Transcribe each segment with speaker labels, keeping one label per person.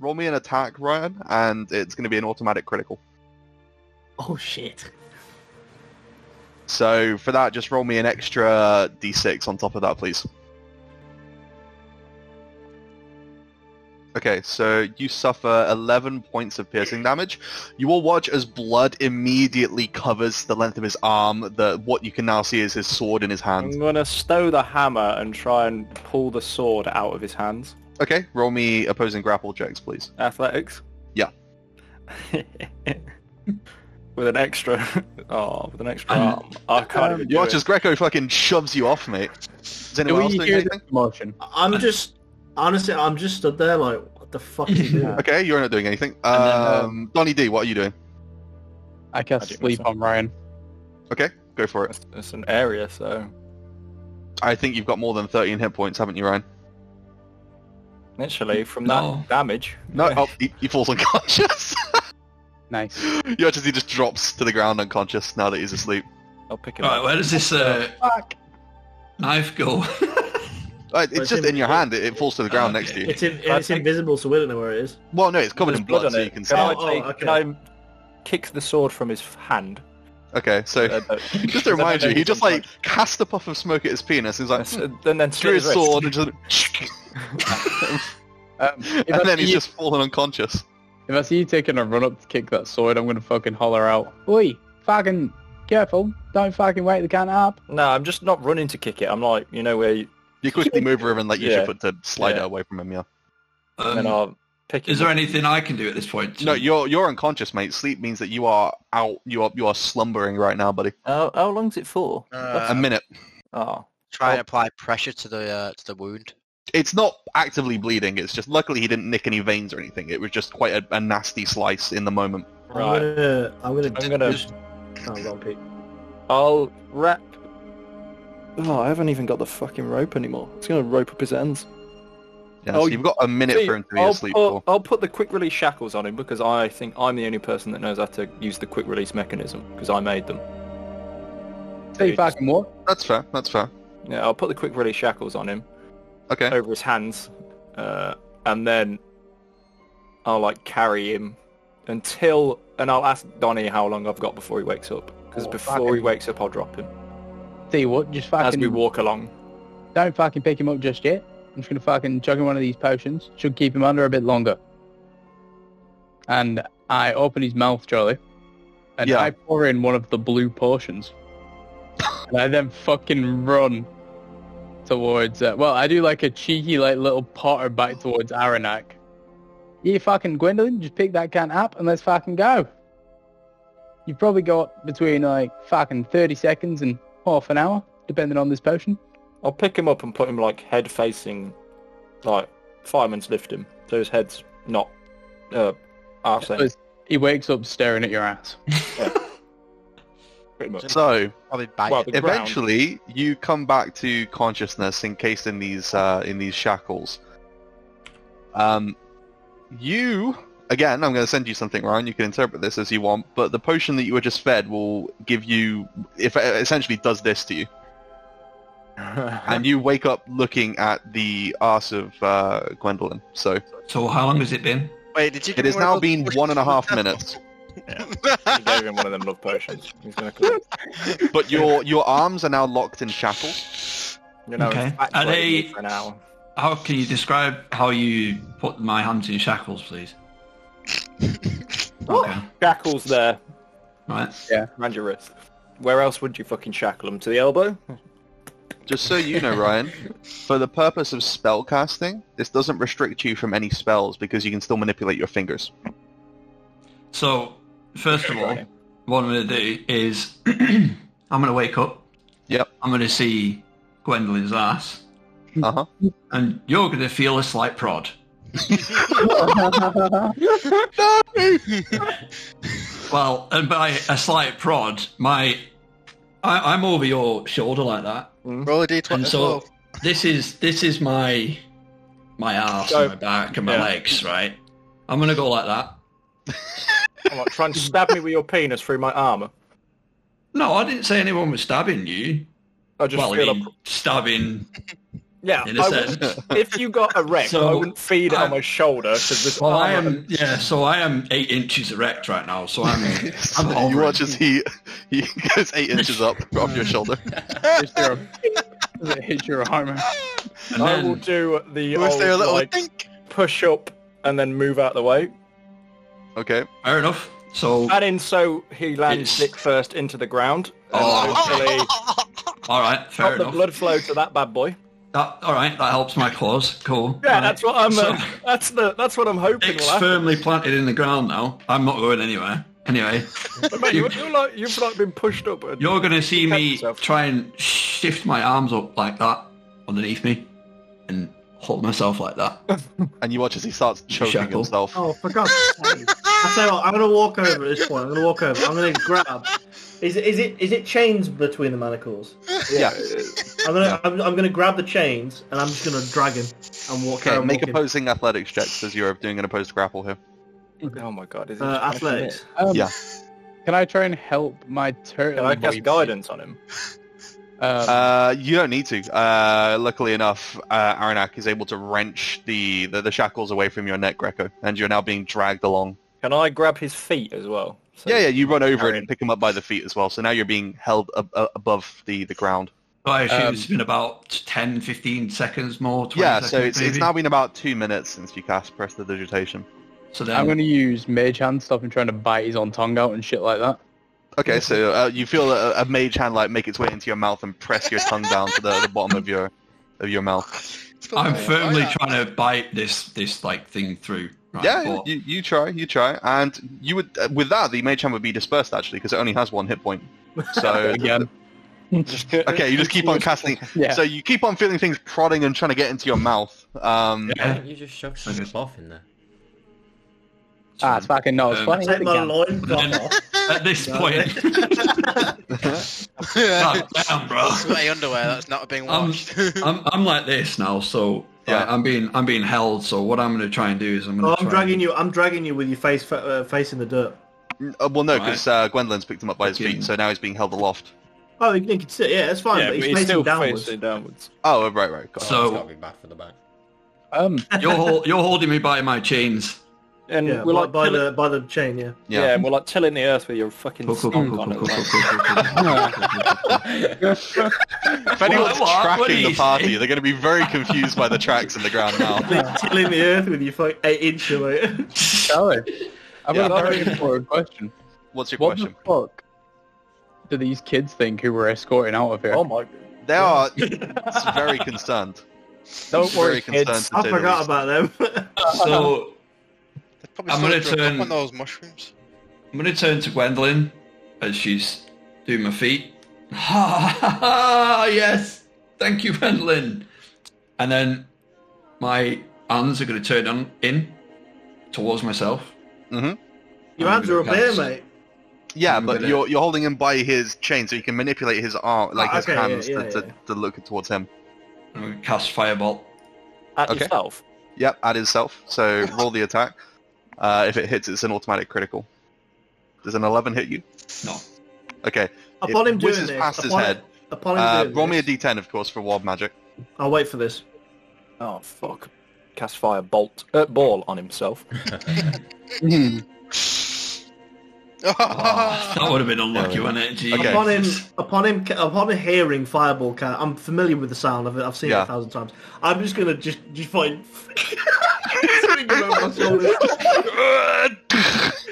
Speaker 1: Roll me an attack, Ryan, and it's going to be an automatic critical.
Speaker 2: Oh shit.
Speaker 1: So for that, just roll me an extra d6 on top of that, please. Okay, so you suffer 11 points of piercing damage. You will watch as blood immediately covers the length of his arm. The, what you can now see is his sword in his
Speaker 3: I'm
Speaker 1: hand.
Speaker 3: gonna stow the hammer and try and pull the sword out of his hands.
Speaker 1: Okay, roll me opposing grapple checks, please.
Speaker 3: Athletics.
Speaker 1: Yeah.
Speaker 3: with an extra. Oh, with an extra arm. I can't
Speaker 4: Um,
Speaker 3: even
Speaker 1: You
Speaker 3: do
Speaker 1: watch
Speaker 3: it.
Speaker 1: as Greco fucking shoves you off, mate. Is
Speaker 5: Do
Speaker 1: anyone
Speaker 5: we
Speaker 1: else doing
Speaker 5: hear
Speaker 1: anything?
Speaker 5: the commotion?
Speaker 2: I'm just honestly, I'm just stood there like, what the fuck is he doing?
Speaker 1: Okay, you're not doing anything.
Speaker 5: then, uh,
Speaker 1: Um, Donny D, what are you doing?
Speaker 5: I
Speaker 3: I
Speaker 5: cast
Speaker 3: do
Speaker 5: sleep
Speaker 3: myself.
Speaker 5: on Ryan.
Speaker 1: Okay, go for it.
Speaker 3: It's- It's an area, so
Speaker 1: I think you've got more than 13 hit points, haven't you, Ryan?
Speaker 3: literally from
Speaker 4: No.
Speaker 3: that damage.
Speaker 1: No, oh, he, he falls unconscious.
Speaker 5: Nice.
Speaker 1: you watch as he just drops to the ground unconscious now that he's asleep.
Speaker 3: I'll pick him
Speaker 4: Right,
Speaker 3: up.
Speaker 4: where does this uh,
Speaker 5: Fuck.
Speaker 4: knife go?
Speaker 1: Uh, It's
Speaker 2: it's
Speaker 1: just
Speaker 2: in-
Speaker 1: in your hand. It, it falls to the ground next to you.
Speaker 4: Okay.
Speaker 2: It's in,
Speaker 3: I
Speaker 2: it's
Speaker 3: think-
Speaker 2: invisible, so we don't know where it is.
Speaker 1: Well, no, it's covered
Speaker 3: There's
Speaker 1: in blood, so
Speaker 3: on
Speaker 1: you
Speaker 3: it.
Speaker 1: can see.
Speaker 3: Can I,
Speaker 1: it.
Speaker 2: Oh,
Speaker 3: take,
Speaker 2: okay.
Speaker 3: can I kick the sword from his hand?
Speaker 1: Okay, so
Speaker 3: Uh, but-
Speaker 1: just to
Speaker 3: I
Speaker 1: remind
Speaker 3: know
Speaker 1: you, he
Speaker 3: he's
Speaker 1: just like cast a puff of smoke at his penis. He's like,
Speaker 3: Yes, uh, and
Speaker 1: drew
Speaker 3: then slit
Speaker 1: his
Speaker 3: his
Speaker 1: sword
Speaker 3: wrist.
Speaker 1: and just,
Speaker 5: Um, if, I
Speaker 1: and then
Speaker 5: see
Speaker 1: he's
Speaker 5: you,
Speaker 1: just fallen unconscious.
Speaker 5: if I see you taking a run up to kick that sword, I'm gonna fucking holler out, "Oi, fucking careful! Don't fucking wake the cunt up!"
Speaker 3: No, I'm just not running to kick it. I'm like, you know where you,
Speaker 1: You quickly move over and let your
Speaker 3: Yeah.
Speaker 1: ship to slide
Speaker 3: Yeah.
Speaker 1: it away from him. Yeah.
Speaker 3: and then
Speaker 4: Um,
Speaker 3: I'll pick him
Speaker 4: is there
Speaker 3: up.
Speaker 4: anything I can do at this point? to-
Speaker 1: No, you're you're unconscious, mate. Sleep means that you are out. You are you are slumbering right now, buddy.
Speaker 3: How, how long's it for?
Speaker 1: a
Speaker 6: Uh,
Speaker 1: minute.
Speaker 3: Oh.
Speaker 6: try and apply pressure to the uh, to the wound.
Speaker 1: It's not actively bleeding. It's just luckily he didn't nick any veins or anything. It was just quite a, a nasty slice in the moment.
Speaker 3: Right.
Speaker 2: I'm gonna, I'm gonna,
Speaker 3: I'm gonna-
Speaker 2: just- Oh, go on, Pete.
Speaker 3: I'll wrap. Oh, I haven't even got the fucking rope anymore. It's gonna rope up his ends.
Speaker 1: Yeah,
Speaker 3: Oh,
Speaker 1: so you've got a minute
Speaker 3: See,
Speaker 1: for him to be
Speaker 3: I'll,
Speaker 1: asleep
Speaker 3: put,
Speaker 1: for.
Speaker 3: I'll put the quick release shackles on him because I think I'm the only person that knows how to use the quick release mechanism because I made them.
Speaker 5: Say
Speaker 3: It's-
Speaker 5: fucking what?
Speaker 1: That's fair. That's fair.
Speaker 3: Yeah, I'll put the quick release shackles on him
Speaker 1: Okay.
Speaker 3: over his hands, uh, and then I'll like carry him until, and I'll ask Donnie how long I've got before he wakes up because
Speaker 5: Oh,
Speaker 3: before he
Speaker 5: fucking-
Speaker 3: wakes up I'll drop him
Speaker 5: See what? Just
Speaker 3: as
Speaker 5: fucking
Speaker 3: we walk along.
Speaker 5: Don't fucking pick him up just yet. I'm just gonna fucking chug him one of these potions. Should keep him under a bit longer. And I open his mouth, Charlie, and
Speaker 1: Yeah.
Speaker 5: I pour in one of the blue potions. and I then fucking run towards. Uh, well, I do like a cheeky, like little potter back towards Aranak. You fucking Gwendolyn, just pick that can up and let's fucking go. You've probably got between like fucking thirty seconds and half an hour, depending on this potion.
Speaker 3: I'll pick him up and put him like head facing, like fireman's lift him so his head's not uh, arse end,
Speaker 5: Because He wakes up staring at your ass.
Speaker 3: pretty much.
Speaker 1: So
Speaker 6: Probably bite
Speaker 3: Well,
Speaker 6: it.
Speaker 3: the ground.
Speaker 1: eventually you come back to consciousness encased in these uh, in these shackles um you again i'm going to send you something ryan you can interpret this as you want but the potion that you were just fed will give you if essentially does this to you and you wake up looking at the arse of uh, gwendolyn so
Speaker 4: So how long has it been?
Speaker 6: Wait, did you?
Speaker 1: it has now been one and a half minutes
Speaker 3: He gave him one of them love potions. He's gonna call it.
Speaker 1: but your your arms are now locked in shackles
Speaker 3: You know,
Speaker 4: Okay.
Speaker 3: infatuated
Speaker 4: Are they-
Speaker 3: me for an hour.
Speaker 4: How can you describe how you put my hands in shackles, please? okay.
Speaker 3: Shackles there,
Speaker 4: Right.
Speaker 3: around your wrist. Where else would you fucking shackle him? To the elbow?
Speaker 1: Just so you know, Ryan, for the purpose of spell casting, this doesn't restrict you from any spells because you can still manipulate your fingers.
Speaker 4: So first of all,
Speaker 3: Right.
Speaker 4: what I'm going to do is I'm going to wake up.
Speaker 1: Yep.
Speaker 4: I'm going to see Gwendolyn's ass,
Speaker 1: Uh huh.
Speaker 4: and you're going to feel a slight prod. Well, and by a slight prod, my I, I'm over your shoulder like that,
Speaker 3: Mm-hmm.
Speaker 6: Roll a d20
Speaker 4: and
Speaker 6: as
Speaker 4: so
Speaker 6: well.
Speaker 4: this is this is my my arse
Speaker 3: So-
Speaker 4: and my back and my
Speaker 3: yeah.
Speaker 4: legs, right? I'm going to go like that.
Speaker 3: I'm like, try and stab me with your penis through my armor.
Speaker 4: No, I didn't say anyone was stabbing you.
Speaker 3: I just
Speaker 4: well, I
Speaker 3: feel
Speaker 4: mean, stabbing
Speaker 3: Yeah,
Speaker 4: in a
Speaker 3: I
Speaker 4: sense.
Speaker 3: wouldn't- if you got erect,
Speaker 4: So,
Speaker 3: I wouldn't feed it on
Speaker 4: I'm-
Speaker 3: my shoulder because this.
Speaker 4: Well, I
Speaker 3: armor-
Speaker 4: am. Yeah, so I am eight inches erect right now. So I'm. I'm
Speaker 1: So
Speaker 4: hovering.
Speaker 1: you watch as he he goes eight inches up off your shoulder.
Speaker 5: Just your, it's your armor.
Speaker 4: And
Speaker 3: I will
Speaker 4: then,
Speaker 3: do the
Speaker 6: Was
Speaker 3: old,
Speaker 6: there a little
Speaker 3: like,
Speaker 6: dink?
Speaker 3: push up and then move out the way.
Speaker 1: Okay.
Speaker 4: fair enough. So
Speaker 3: And in so he lands
Speaker 4: It's-
Speaker 3: dick first into the ground. And
Speaker 4: Oh.
Speaker 3: hopefully
Speaker 4: all right, fair
Speaker 3: stop the
Speaker 4: enough.
Speaker 3: blood flow to that bad boy.
Speaker 4: That, all right, that helps my cause. Cool.
Speaker 3: Yeah,
Speaker 4: Right.
Speaker 3: that's what I'm. Uh,
Speaker 4: So-
Speaker 3: that's the. That's what I'm hoping.
Speaker 4: It's
Speaker 3: will happen.
Speaker 4: firmly planted in the ground now. I'm not going anywhere. Anyway,
Speaker 3: But mate, you, you're like you've like been pushed up. And,
Speaker 4: you're going to see
Speaker 3: Protect
Speaker 4: me
Speaker 3: yourself.
Speaker 4: try and shift my arms up like that underneath me and hold myself like that.
Speaker 1: And you watch as he starts choking
Speaker 4: Shackle.
Speaker 1: himself.
Speaker 2: Oh, for God's sake! I tell you what, I'm gonna walk over at this point. I'm gonna walk over. I'm gonna grab. Is it is it is it chains between the manacles?
Speaker 1: yeah.
Speaker 2: I'm gonna I'm, I'm gonna grab the chains and I'm just gonna drag him and walk
Speaker 1: Okay,
Speaker 2: over.
Speaker 1: make opposing athletics checks as you're doing an opposed grapple here.
Speaker 3: Oh my god! Is it
Speaker 2: uh,
Speaker 3: just punishing
Speaker 2: athletics.
Speaker 3: it?
Speaker 5: Um,
Speaker 1: Yeah.
Speaker 5: Can I try and help my turtle?
Speaker 3: Can I
Speaker 5: boy,
Speaker 3: cast guidance on him?
Speaker 5: please? Um,
Speaker 1: Uh, you don't need to. Uh, luckily enough, uh, Aranak is able to wrench the, the, the shackles away from your neck, Greco, and you're now being dragged along.
Speaker 3: Can I grab his feet as well? So-
Speaker 1: yeah, yeah, you run over it
Speaker 3: Aaron.
Speaker 1: and pick him up by the feet as well, so now you're being held ab- uh, above the, the ground.
Speaker 4: So I assume
Speaker 5: Um,
Speaker 4: it's been about 10, 15 seconds more. 20
Speaker 1: Yeah,
Speaker 4: seconds
Speaker 1: so it's, it's
Speaker 4: maybe.
Speaker 1: now been about two minutes since you cast Press the Digitation.
Speaker 4: So then,
Speaker 5: I'm going to use mage hand stuff and trying to bite his own tongue out and shit like that.
Speaker 1: Okay, so uh, you feel a, a mage hand like make its way into your mouth and press your tongue down to the, the bottom of your of your mouth.
Speaker 4: I'm firmly trying to bite this this like thing through. Right,
Speaker 1: yeah,
Speaker 4: but-
Speaker 1: you, you try, you try, and you would uh, with that the mage hand would be dispersed actually because it only has one hit point. So
Speaker 5: Again.
Speaker 1: okay, you just keep on casting.
Speaker 5: Yeah.
Speaker 1: So you keep on feeling things prodding and trying to get into your mouth. Um,
Speaker 7: Why don't you just shove some
Speaker 4: Okay.
Speaker 7: cloth in there?
Speaker 5: ah, it's fucking no, it's
Speaker 4: Um,
Speaker 5: funny.
Speaker 2: Take my
Speaker 5: Again.
Speaker 2: loincloth off.
Speaker 4: At this point, God damn, bro.
Speaker 6: Sweaty underwear. That's not being
Speaker 4: Um,
Speaker 6: watched.
Speaker 4: I'm I'm like this now, so
Speaker 1: Yeah.
Speaker 4: yeah, I'm being I'm being held. So what I'm going to try and do is I'm going
Speaker 2: Oh,
Speaker 4: to.
Speaker 2: I'm dragging you. I'm dragging you with your face fa- uh, face in the dirt.
Speaker 1: uh, well, no, because uh, Gwendolyn's picked him up by his feet, so now he's being held aloft.
Speaker 2: Oh, you can sit. Yeah, that's fine.
Speaker 3: Yeah,
Speaker 2: but he's,
Speaker 3: but he's
Speaker 2: facing
Speaker 3: still
Speaker 2: downwards.
Speaker 3: facing downwards.
Speaker 1: Oh, right, right. Got
Speaker 7: It's
Speaker 1: it.
Speaker 4: So-
Speaker 7: gotta be bad for the back.
Speaker 5: Um,
Speaker 4: You're hol- you're holding me by my chains.
Speaker 3: And
Speaker 2: Yeah,
Speaker 3: we're
Speaker 2: by,
Speaker 3: like
Speaker 2: by
Speaker 3: tilling-
Speaker 2: the by the chain. Yeah.
Speaker 1: yeah.
Speaker 3: yeah. and we're like tilling the earth with your fucking
Speaker 4: Cool, cool, cool,
Speaker 3: stink
Speaker 4: cool,
Speaker 3: on
Speaker 4: cool,
Speaker 3: it.
Speaker 4: cool,
Speaker 3: like-
Speaker 4: cool, cool, cool, cool.
Speaker 1: If anyone's
Speaker 4: What? What
Speaker 1: tracking
Speaker 4: did
Speaker 1: the
Speaker 4: he
Speaker 1: party,
Speaker 4: say?
Speaker 1: they're going to be very confused by the tracks in the ground now.
Speaker 2: Tilling the earth with your fuck eight inch away.
Speaker 5: Charlie, I've got
Speaker 1: Yeah.
Speaker 5: a very important question.
Speaker 1: What's your
Speaker 5: What
Speaker 1: question?
Speaker 5: the fuck do these kids think who were escorting out of here?
Speaker 3: Oh my!
Speaker 1: They are it's very concerned.
Speaker 3: Don't worry,
Speaker 1: very concerned.
Speaker 3: kids.
Speaker 1: to
Speaker 2: I
Speaker 1: say the
Speaker 2: forgot
Speaker 1: least.
Speaker 2: about them.
Speaker 4: So
Speaker 6: They've probably
Speaker 4: I'm
Speaker 6: still
Speaker 4: gonna
Speaker 6: drunk
Speaker 4: turn-
Speaker 6: up on those mushrooms.
Speaker 4: I'm going to turn to Gwendolyn as she's doing my feet. Ha ha ha! Yes, thank you, Gwendolyn. And then my hands are going to turn on in towards myself.
Speaker 2: Your hands are up here,
Speaker 4: Cats.
Speaker 2: mate.
Speaker 1: Yeah,
Speaker 4: I'm
Speaker 1: but
Speaker 4: gonna-
Speaker 1: you're you're holding him by his chain, so you can manipulate his arm, like his
Speaker 2: Ah, okay, yeah,
Speaker 1: hands,
Speaker 2: yeah,
Speaker 1: to,
Speaker 2: yeah.
Speaker 1: To, to look towards him.
Speaker 4: I'm going to cast Firebolt.
Speaker 3: At
Speaker 1: Okay.
Speaker 3: yourself.
Speaker 1: Yep, at himself. So roll the attack. Uh, if it hits, it's an automatic critical. Does an 11 hit you?
Speaker 4: No.
Speaker 1: Okay.
Speaker 2: Upon
Speaker 1: It
Speaker 2: him doing
Speaker 1: whizzes
Speaker 2: this,
Speaker 1: past his
Speaker 2: upon,
Speaker 1: head.
Speaker 2: upon him
Speaker 1: Uh,
Speaker 2: doing
Speaker 1: roll me a
Speaker 2: this,
Speaker 1: d10, of course, for ward magic.
Speaker 2: I'll wait for this.
Speaker 3: Oh fuck! Cast fire bolt uh, ball on himself.
Speaker 4: Oh, that would have been unlucky,
Speaker 1: Yeah.
Speaker 4: wouldn't it? Jesus.
Speaker 1: Okay.
Speaker 2: Upon him, upon him, upon hearing fireball cat, I'm familiar with the sound of it. I've seen it
Speaker 1: Yeah.
Speaker 2: a thousand times. I'm just gonna just just find. Swing him over my shoulder.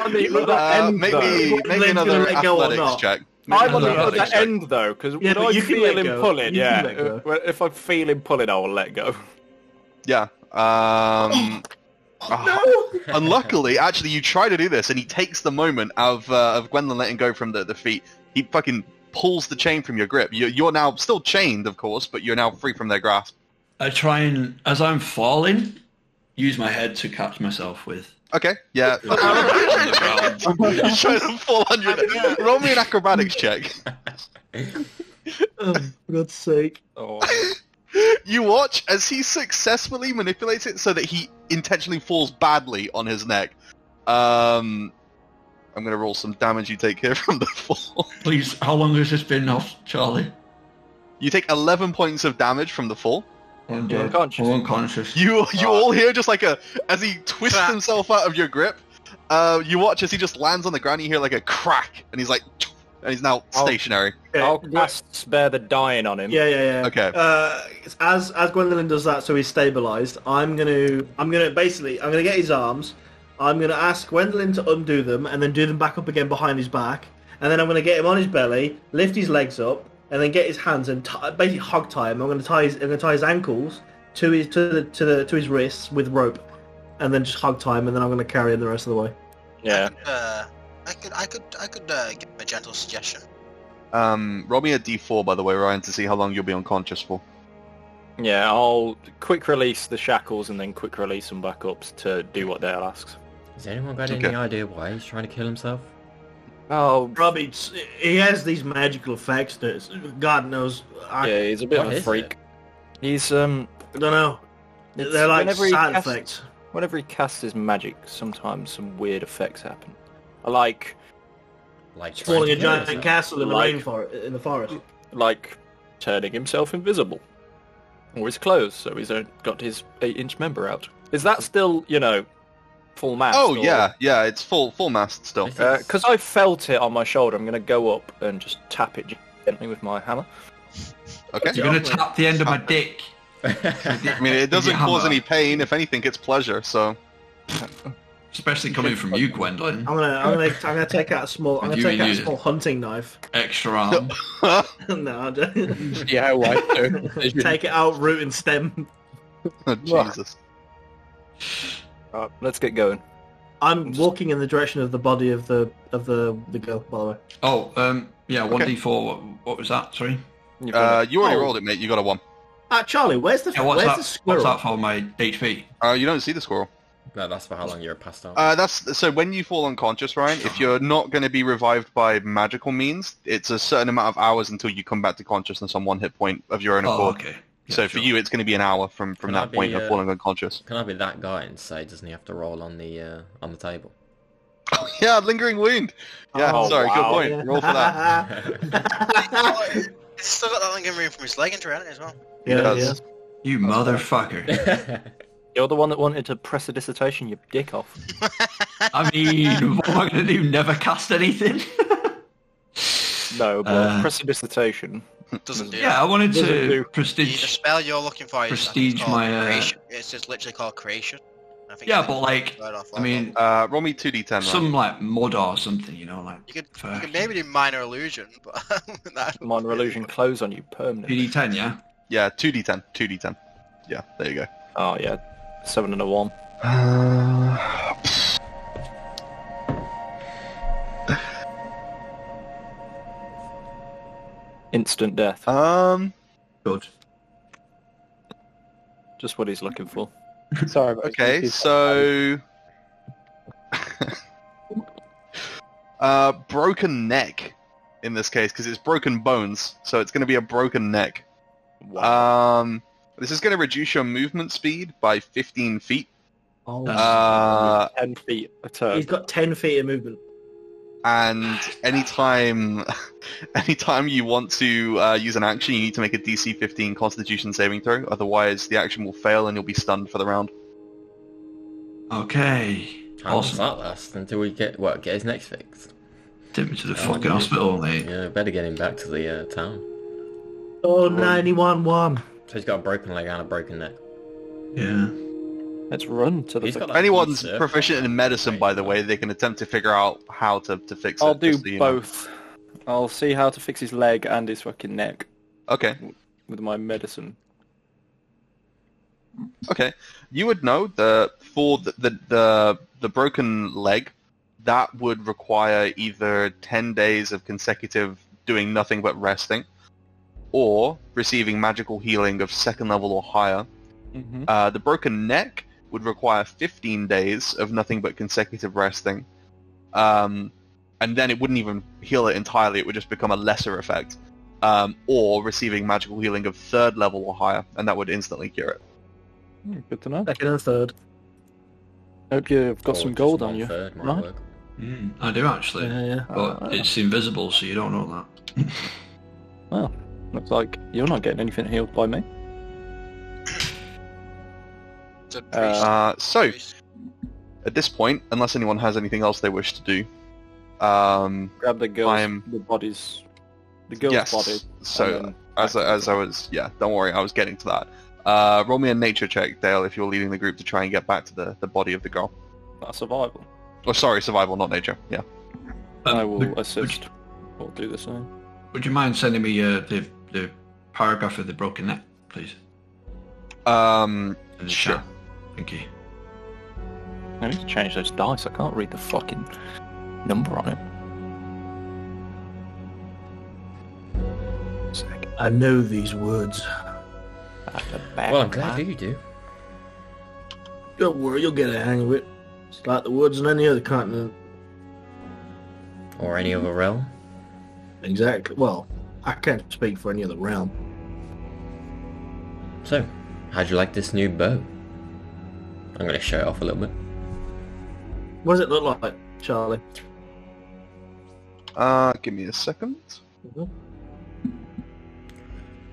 Speaker 2: On the other
Speaker 1: Uh,
Speaker 2: end,
Speaker 1: make
Speaker 2: though.
Speaker 1: me,
Speaker 2: Whether
Speaker 1: make
Speaker 2: they're
Speaker 1: me
Speaker 2: gonna
Speaker 1: another
Speaker 2: let go or
Speaker 1: athletics
Speaker 2: not.
Speaker 1: check. Make
Speaker 3: I'm
Speaker 1: another
Speaker 3: on the
Speaker 4: Yeah.
Speaker 3: other
Speaker 1: athletics check.
Speaker 3: end though, because
Speaker 2: Yeah,
Speaker 3: when
Speaker 2: but
Speaker 3: I
Speaker 2: you can
Speaker 3: feel
Speaker 2: let
Speaker 3: him
Speaker 2: go.
Speaker 3: pulling,
Speaker 2: You can
Speaker 3: yeah,
Speaker 2: let go.
Speaker 3: uh, if I feel him pulling, I will let go.
Speaker 1: Yeah. Um, oh, Unluckily, actually, you try to do this, and he takes the moment of uh, of Gwendolyn letting go from the, the feet. He fucking pulls the chain from your grip. You're, you're now still chained, of course, but you're now free from their grasp.
Speaker 4: I try and, as I'm falling, use my head to catch myself with.
Speaker 1: Okay, yeah.
Speaker 4: on the ground.
Speaker 1: You're trying to fall on your... Roll me an acrobatics check.
Speaker 2: Oh, for God's sake!
Speaker 3: Oh,
Speaker 1: You watch as he successfully manipulates it so that he intentionally falls badly on his neck. Um, I'm going to roll some damage you take here from the fall.
Speaker 4: Please, how long has this been off, Charlie?
Speaker 1: You take 11 points of damage from the fall.
Speaker 4: I'm
Speaker 3: You're
Speaker 4: dead.
Speaker 3: unconscious.
Speaker 4: I'm unconscious.
Speaker 1: You you all hear just like a as he twists himself out of your grip. Uh, you watch as he just lands on the ground. You hear like a crack, and he's like, and he's now
Speaker 3: Oh.
Speaker 1: stationary.
Speaker 2: Okay.
Speaker 3: I'll cast spare the dying on him.
Speaker 2: Yeah, yeah, yeah.
Speaker 1: Okay.
Speaker 2: Uh, as as Gwendolyn does that, so he's stabilized. I'm gonna I'm gonna basically I'm gonna get his arms. I'm gonna ask Gwendolyn to undo them and then do them back up again behind his back. And then I'm gonna get him on his belly, lift his legs up, and then get his hands and t- basically hog tie him. I'm gonna tie his I'm gonna tie his ankles to his to the to the to his wrists with rope, and then just hog tie him. And then I'm gonna carry him the rest of the way.
Speaker 3: Yeah.
Speaker 7: Uh, I could, I could, I could uh, give him a gentle suggestion.
Speaker 1: Um, roll me a d4 by the way, Ryan, to see how long you'll be unconscious for.
Speaker 3: Yeah, I'll quick release the shackles and then quick release them back up to do what Dale asks.
Speaker 8: Has anyone got
Speaker 1: Okay.
Speaker 8: any idea why he's trying to kill himself?
Speaker 3: Oh,
Speaker 2: Robbie, it's- he has these magical effects that it's- God knows I
Speaker 3: yeah, he's a bit of
Speaker 8: What
Speaker 3: a
Speaker 8: is
Speaker 3: freak. He's um,
Speaker 2: don't know.
Speaker 3: it's
Speaker 2: They're like
Speaker 3: whenever he
Speaker 2: side
Speaker 3: casts-
Speaker 2: effects.
Speaker 3: Whenever he casts his magic, sometimes some weird effects happen. Like,
Speaker 8: Like trying
Speaker 2: Falling
Speaker 8: to
Speaker 2: a
Speaker 8: kill
Speaker 2: giant
Speaker 8: himself?
Speaker 2: castle in the
Speaker 3: Like-
Speaker 2: rainforest, in the forest.
Speaker 3: like turning himself invisible, or his clothes, so he's uh, got his eight-inch member out. Is that still, you know, full mass?
Speaker 1: Oh
Speaker 3: or-
Speaker 1: yeah, yeah, it's full full mast still.
Speaker 8: I think
Speaker 3: Because I felt it on my shoulder, I'm going to go up and just tap it gently with my hammer.
Speaker 1: Okay.
Speaker 4: You're gonna tap the end of my dick.
Speaker 1: I mean, it doesn't
Speaker 4: Yeah.
Speaker 1: cause any pain. If anything, it's pleasure. So
Speaker 4: Especially coming from you, Gwendolyn.
Speaker 2: I'm gonna, I'm gonna, I'm gonna take out a small, I'm
Speaker 4: And
Speaker 2: gonna
Speaker 4: you
Speaker 2: take out a
Speaker 4: use it.
Speaker 2: small hunting knife.
Speaker 4: Extra arm.
Speaker 2: no, I don't.
Speaker 5: Yeah, why? Take
Speaker 2: take it out root and stem.
Speaker 1: Jesus.
Speaker 3: Right, let's get going.
Speaker 2: I'm walking in the direction of the body of the of the the girl. By the way,
Speaker 4: Oh, um, yeah, one d four. What, what was that? Sorry.
Speaker 3: You've got
Speaker 1: Uh, you already
Speaker 2: Oh.
Speaker 1: rolled it, mate. You got a one.
Speaker 2: ah, Charlie, where's the
Speaker 4: Yeah, what's
Speaker 2: where's
Speaker 4: that?
Speaker 2: the
Speaker 4: what's
Speaker 2: squirrel?
Speaker 4: that for? My HP.
Speaker 1: Uh, you don't see the squirrel.
Speaker 8: no, that's for how long you're passed out.
Speaker 1: Uh, that's so when you fall unconscious, Ryan. If you're not going to be revived by magical means, it's a certain amount of hours until you come back to consciousness on one hit point of your own
Speaker 4: Oh,
Speaker 1: accord.
Speaker 4: okay. Yeah,
Speaker 1: so for
Speaker 4: sure.
Speaker 1: you, it's going to be an hour from from
Speaker 8: Can I
Speaker 1: that point
Speaker 8: be,
Speaker 1: of
Speaker 8: uh,
Speaker 1: falling unconscious.
Speaker 8: Can I be that guy and say, doesn't he have to roll on the uh, on the table?
Speaker 1: yeah, lingering wound. Yeah,
Speaker 3: Oh,
Speaker 1: sorry, good
Speaker 3: wow.
Speaker 1: point. Roll for that.
Speaker 6: Uh. Oh,
Speaker 7: He's still got that lingering room from his leg injury, hasn't he, as well?
Speaker 2: yeah, yeah.
Speaker 1: Yes.
Speaker 4: you motherfucker.
Speaker 3: You're the one that wanted to press a dissertation, you dick off.
Speaker 4: I mean, what am I gonna do? Never cast anything?
Speaker 3: No, but
Speaker 4: Uh,
Speaker 3: press a dissertation.
Speaker 6: Mm,
Speaker 7: Doesn't do
Speaker 4: yeah, I wanted
Speaker 3: Doesn't
Speaker 4: to
Speaker 3: do.
Speaker 7: that. The
Speaker 4: prestige.
Speaker 7: spell you're looking for is I think it's
Speaker 4: Prestige
Speaker 7: called
Speaker 4: my, uh,
Speaker 7: creation. It's just literally called creation. I think
Speaker 4: Yeah,
Speaker 7: it's
Speaker 4: but like,
Speaker 7: right off
Speaker 4: I
Speaker 7: level.
Speaker 4: mean,
Speaker 1: Uh, roll me two d10.
Speaker 4: some like mud or something, you know, like
Speaker 7: you could, you
Speaker 4: fuck.
Speaker 7: could maybe do minor illusion, but that,
Speaker 3: Minor illusion clothes on you permanently.
Speaker 4: PD10, yeah.
Speaker 1: Yeah, two d10, two d10. Yeah, there you go.
Speaker 3: Oh yeah, seven and a one.
Speaker 1: Uh,
Speaker 3: Instant death.
Speaker 1: um,
Speaker 4: Good.
Speaker 3: Just what he's looking for.
Speaker 5: Sorry. About
Speaker 1: okay, so uh, broken neck in this case because it's broken bones, so it's going to be a broken neck. Um, this is going to reduce your movement speed by 15 feet.
Speaker 2: Oh,
Speaker 1: Uh,
Speaker 3: Ten feet a
Speaker 2: he's
Speaker 3: turn.
Speaker 2: got ten feet of movement.
Speaker 1: and anytime anytime you want to uh, use an action you need to make a dc 15 constitution saving throw otherwise the action will fail and you'll be stunned for the round
Speaker 4: Okay.
Speaker 8: how long does
Speaker 4: awesome.
Speaker 8: that last until we get what get his next fix?
Speaker 4: Take me to the
Speaker 8: Oh,
Speaker 4: fucking
Speaker 8: yeah.
Speaker 4: hospital, mate.
Speaker 8: Yeah, better get him back to the uh, town.
Speaker 2: Oh, 91 one.
Speaker 8: So he's got a broken leg and a broken neck.
Speaker 4: Yeah.
Speaker 3: Let's run to the.
Speaker 8: He's got
Speaker 1: if
Speaker 8: like
Speaker 1: anyone's
Speaker 8: one circle
Speaker 1: proficient in
Speaker 8: on
Speaker 1: medicine
Speaker 8: his
Speaker 1: by the
Speaker 8: face.
Speaker 1: way they can attempt to figure out how to, to fix it
Speaker 3: I'll do
Speaker 1: just so you know.
Speaker 3: both. I'll see how to fix his leg and his fucking neck
Speaker 1: okay
Speaker 3: with my medicine.
Speaker 1: okay you would know that for the the, the the broken leg that would require either 10 days of consecutive doing nothing but resting or receiving magical healing of second level or higher
Speaker 5: Mm-hmm.
Speaker 1: Uh, the broken neck would require 15 days of nothing but consecutive resting. Um, and then it wouldn't even heal it entirely, it would just become a lesser effect. Um, or receiving magical healing of third level or higher, and that would instantly cure it.
Speaker 3: Good to know.
Speaker 2: Second and third.
Speaker 3: Hope you've got
Speaker 8: Or
Speaker 3: some
Speaker 8: just
Speaker 3: gold on
Speaker 8: one
Speaker 3: you.
Speaker 8: third might
Speaker 3: right?
Speaker 8: work.
Speaker 4: Mm, I do actually.
Speaker 2: Yeah, yeah.
Speaker 4: But
Speaker 3: Uh,
Speaker 4: Oh, it's invisible, so you don't know that.
Speaker 3: Well, looks like you're not getting anything healed by me.
Speaker 7: It's a priest.
Speaker 6: oh.
Speaker 1: Uh, so,
Speaker 7: priest.
Speaker 1: at this point, unless anyone has anything else they wish to do, um,
Speaker 3: Grab the girls,
Speaker 1: I am-
Speaker 3: the bodies, the girls'
Speaker 1: yes.
Speaker 3: bodies.
Speaker 1: So,
Speaker 3: and then-
Speaker 1: as I, as I was, yeah, don't worry, I was getting to that. Uh, roll me a nature check, Dale, if you're leading the group to try and get back to the, the body of the girl.
Speaker 3: that's survival.
Speaker 1: Oh, sorry, survival, not nature. Yeah.
Speaker 3: I
Speaker 4: Um,
Speaker 3: will
Speaker 4: would,
Speaker 3: assist. We'll do the same.
Speaker 4: would you mind sending me uh, the the paragraph of the broken neck, please?
Speaker 1: Um,
Speaker 4: In the
Speaker 1: Sure.
Speaker 4: chat. Thank you.
Speaker 3: I need to change those dice. I can't read the fucking number on it.
Speaker 2: I know these words.
Speaker 3: At the back.
Speaker 8: Well, I'm glad you do.
Speaker 2: Don't worry, you'll get a hang of it. It's like the woods on any other continent.
Speaker 8: Or any other realm.
Speaker 2: Exactly. Well, I can't speak for any other realm.
Speaker 8: So, how'd you like this new bow? I'm gonna show it off a little bit.
Speaker 2: What does it look like, Charlie?
Speaker 1: Uh, give me a 2nd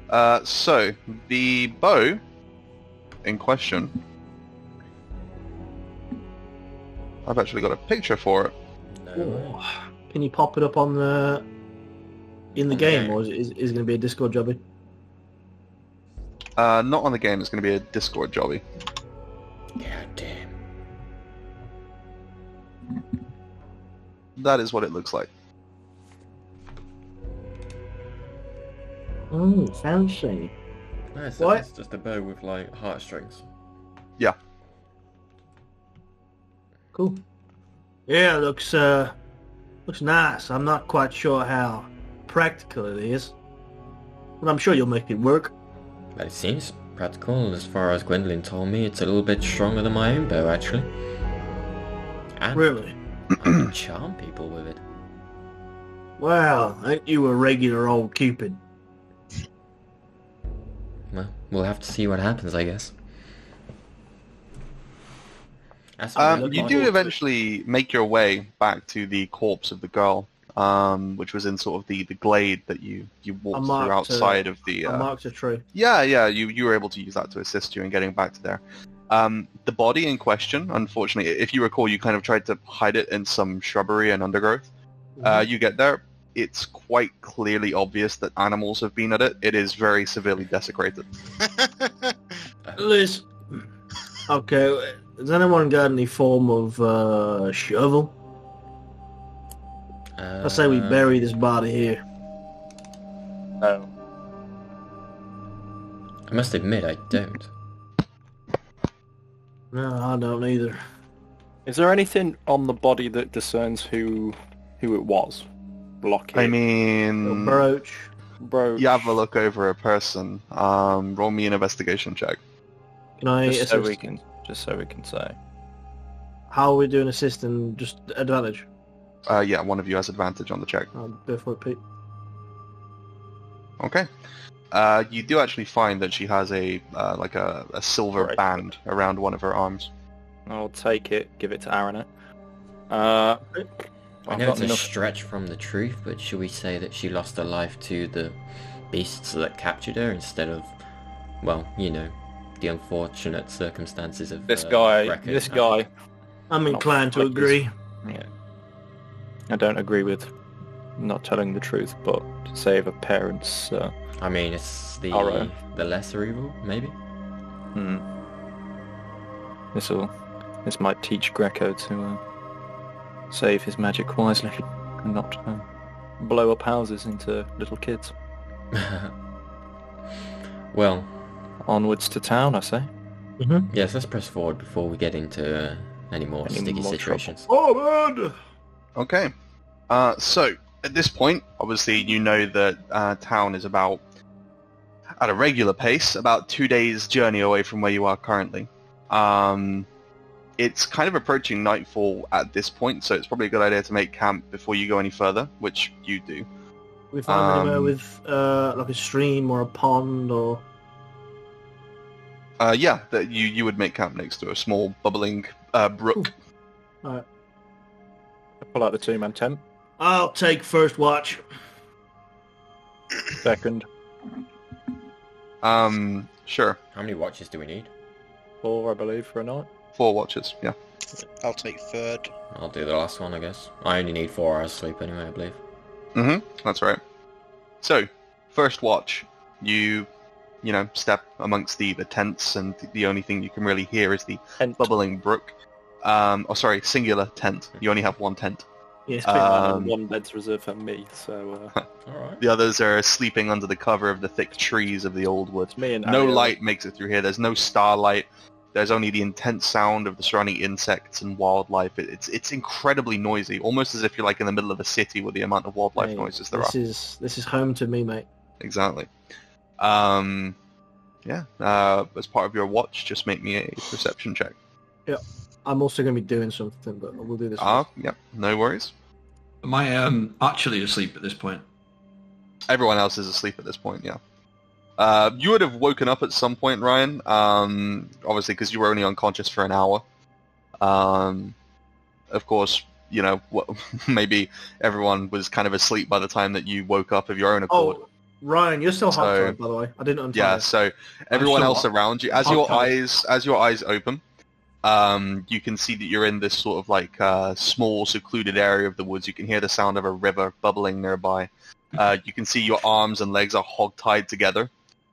Speaker 1: Uh, so the bow in question, I've actually got a picture for it.
Speaker 2: Ooh. Can you pop it up on the in the game, or is is, is going to be a Discord jobby?
Speaker 1: Uh, not on the game. It's going to be a Discord jobby.
Speaker 8: God damn.
Speaker 1: That is what it looks like.
Speaker 2: Oh, fancy.
Speaker 8: No,
Speaker 2: so What? it's
Speaker 8: just a bow with like heartstrings.
Speaker 2: Cool. Yeah, it looks uh, looks nice. I'm not quite sure how practical it is, but I'm sure you'll make it work.
Speaker 8: That seems practical as far as Gwendolyn told me. It's a little bit stronger than my own bow, actually. And
Speaker 2: Really?
Speaker 8: I can charm people with it.
Speaker 2: Wow, ain't you a regular old Cupid?
Speaker 8: Well, we'll have to see what happens, I guess. That's
Speaker 2: Oh,
Speaker 8: what we
Speaker 1: Um,
Speaker 8: look
Speaker 1: you
Speaker 8: like.
Speaker 1: do eventually make your way back to the corpse of the girl, um, which was in sort of the, the glade that you you walked through
Speaker 2: marked, uh,
Speaker 1: outside of the.
Speaker 2: I
Speaker 1: Uh,
Speaker 2: marked a tree.
Speaker 1: yeah, yeah. You you were able to use that to assist you in getting back to there. Um, the body in question, unfortunately, if you recall, you kind of tried to hide it in some shrubbery and undergrowth. Uh, you get there, it's quite clearly obvious that animals have been at it. It is very severely desecrated.
Speaker 2: Liz. Okay, has anyone got any form of uh, shovel? I say we
Speaker 8: Uh,
Speaker 2: bury this body here.
Speaker 3: No.
Speaker 8: I must admit, I don't.
Speaker 2: No, I don't either.
Speaker 3: Is there anything on the body that discerns who who it was? Block it.
Speaker 1: I
Speaker 2: Little
Speaker 1: mean,
Speaker 2: brooch.
Speaker 3: bro.
Speaker 1: you have a look over a person. Um, roll me an investigation check.
Speaker 2: Can I
Speaker 3: Just so
Speaker 2: assist?
Speaker 3: we can, just so we can say.
Speaker 2: How are we doing assisting? Just advantage.
Speaker 1: Uh, yeah, one of you has advantage on the check.
Speaker 2: Um, go for it, Pete.
Speaker 1: Okay. Uh, you do actually find that she has a uh, like a, a silver
Speaker 3: Right.
Speaker 1: band around one of her arms.
Speaker 3: I'll take it. Give it to Aaron. Uh,
Speaker 8: I
Speaker 3: I've
Speaker 8: know
Speaker 3: got
Speaker 8: it's a
Speaker 3: enough.
Speaker 8: stretch from the truth, but should we say that she lost her life to the beasts that captured her instead of, well, you know, the unfortunate circumstances of
Speaker 3: This
Speaker 8: uh,
Speaker 3: guy.
Speaker 8: Wreck-It
Speaker 3: This
Speaker 8: happening?
Speaker 3: guy.
Speaker 2: I'm inclined to
Speaker 3: like this.
Speaker 2: agree.
Speaker 3: Yeah. I don't agree with not telling the truth, but to save a parent's. Uh,
Speaker 8: I mean, it's the
Speaker 3: Alright.
Speaker 8: the lesser evil, maybe.
Speaker 3: hmm. This will. This might teach Greco to uh, save his magic wisely and not uh, blow up houses into little kids.
Speaker 8: well,
Speaker 3: Onwards to town, I say.
Speaker 8: yes. Let's press forward before we get into uh, any more
Speaker 3: Any
Speaker 8: sticky
Speaker 3: more trouble.
Speaker 8: situations.
Speaker 2: Oh man!
Speaker 1: Okay. Uh, so at this point, obviously, you know that uh, town is about at a regular pace, about two days' journey away from where you are currently. Um, it's kind of approaching nightfall at this point, so it's probably a good idea to make camp before you go any further, which you do.
Speaker 2: We found anywhere
Speaker 1: Um,
Speaker 2: with uh, like a stream or a pond or
Speaker 1: Uh, yeah, that you you would make camp next to a small bubbling uh, brook.
Speaker 3: Pull out the two-man tent.
Speaker 2: I'll take first watch.
Speaker 3: Second.
Speaker 1: Um, sure. Um,
Speaker 8: How many watches do we need?
Speaker 3: Four, I believe, for a night.
Speaker 1: Four watches, yeah.
Speaker 6: I'll take third.
Speaker 8: I'll do the last one, I guess. I only need four hours sleep anyway, I believe.
Speaker 1: Mm-hmm. That's right. So, first watch, you, you know, step amongst the, the tents, and the only thing you can really hear is the
Speaker 3: And
Speaker 1: bubbling brook. Um, oh, sorry, singular tent. You only have one tent.
Speaker 2: Yes,
Speaker 1: Um,
Speaker 3: one bed's reserved for me, so uh,
Speaker 8: All right.
Speaker 1: The others are sleeping under the cover of the thick trees of the old wood.
Speaker 3: me and
Speaker 1: No
Speaker 3: Ariel.
Speaker 1: light makes it through here. There's no starlight. There's only the intense sound of the surrounding insects and wildlife. It, it's it's incredibly noisy, almost as if you're like in the middle of a city with the amount of wildlife
Speaker 2: Hey,
Speaker 1: noises there are.
Speaker 2: this is this is home to me, mate.
Speaker 1: Exactly. Um, yeah. Uh, as part of your watch, just make me a perception check.
Speaker 2: I'm also going to be doing something, but we'll do this.
Speaker 1: Ah, yep. No worries.
Speaker 4: Am I um, actually asleep at this point?
Speaker 1: Everyone else is asleep at this point. Yeah. Uh, you would have woken up at some point, Ryan. Um, obviously, because you were only unconscious for an hour. Um, of course, you know what, maybe everyone was kind of asleep by the time that you woke up of your own accord.
Speaker 2: Oh, Ryan, you're still hot,
Speaker 1: So-
Speaker 2: tied, by the way. I didn't untie.
Speaker 1: yeah
Speaker 2: you.
Speaker 1: so everyone
Speaker 4: sure.
Speaker 1: else around you as
Speaker 4: I'll
Speaker 1: your
Speaker 4: tell you.
Speaker 1: eyes as your eyes open um you can see that you're in this sort of like uh small secluded area of the woods you can hear the sound of a river bubbling nearby uh you can see your arms and legs are hog tied together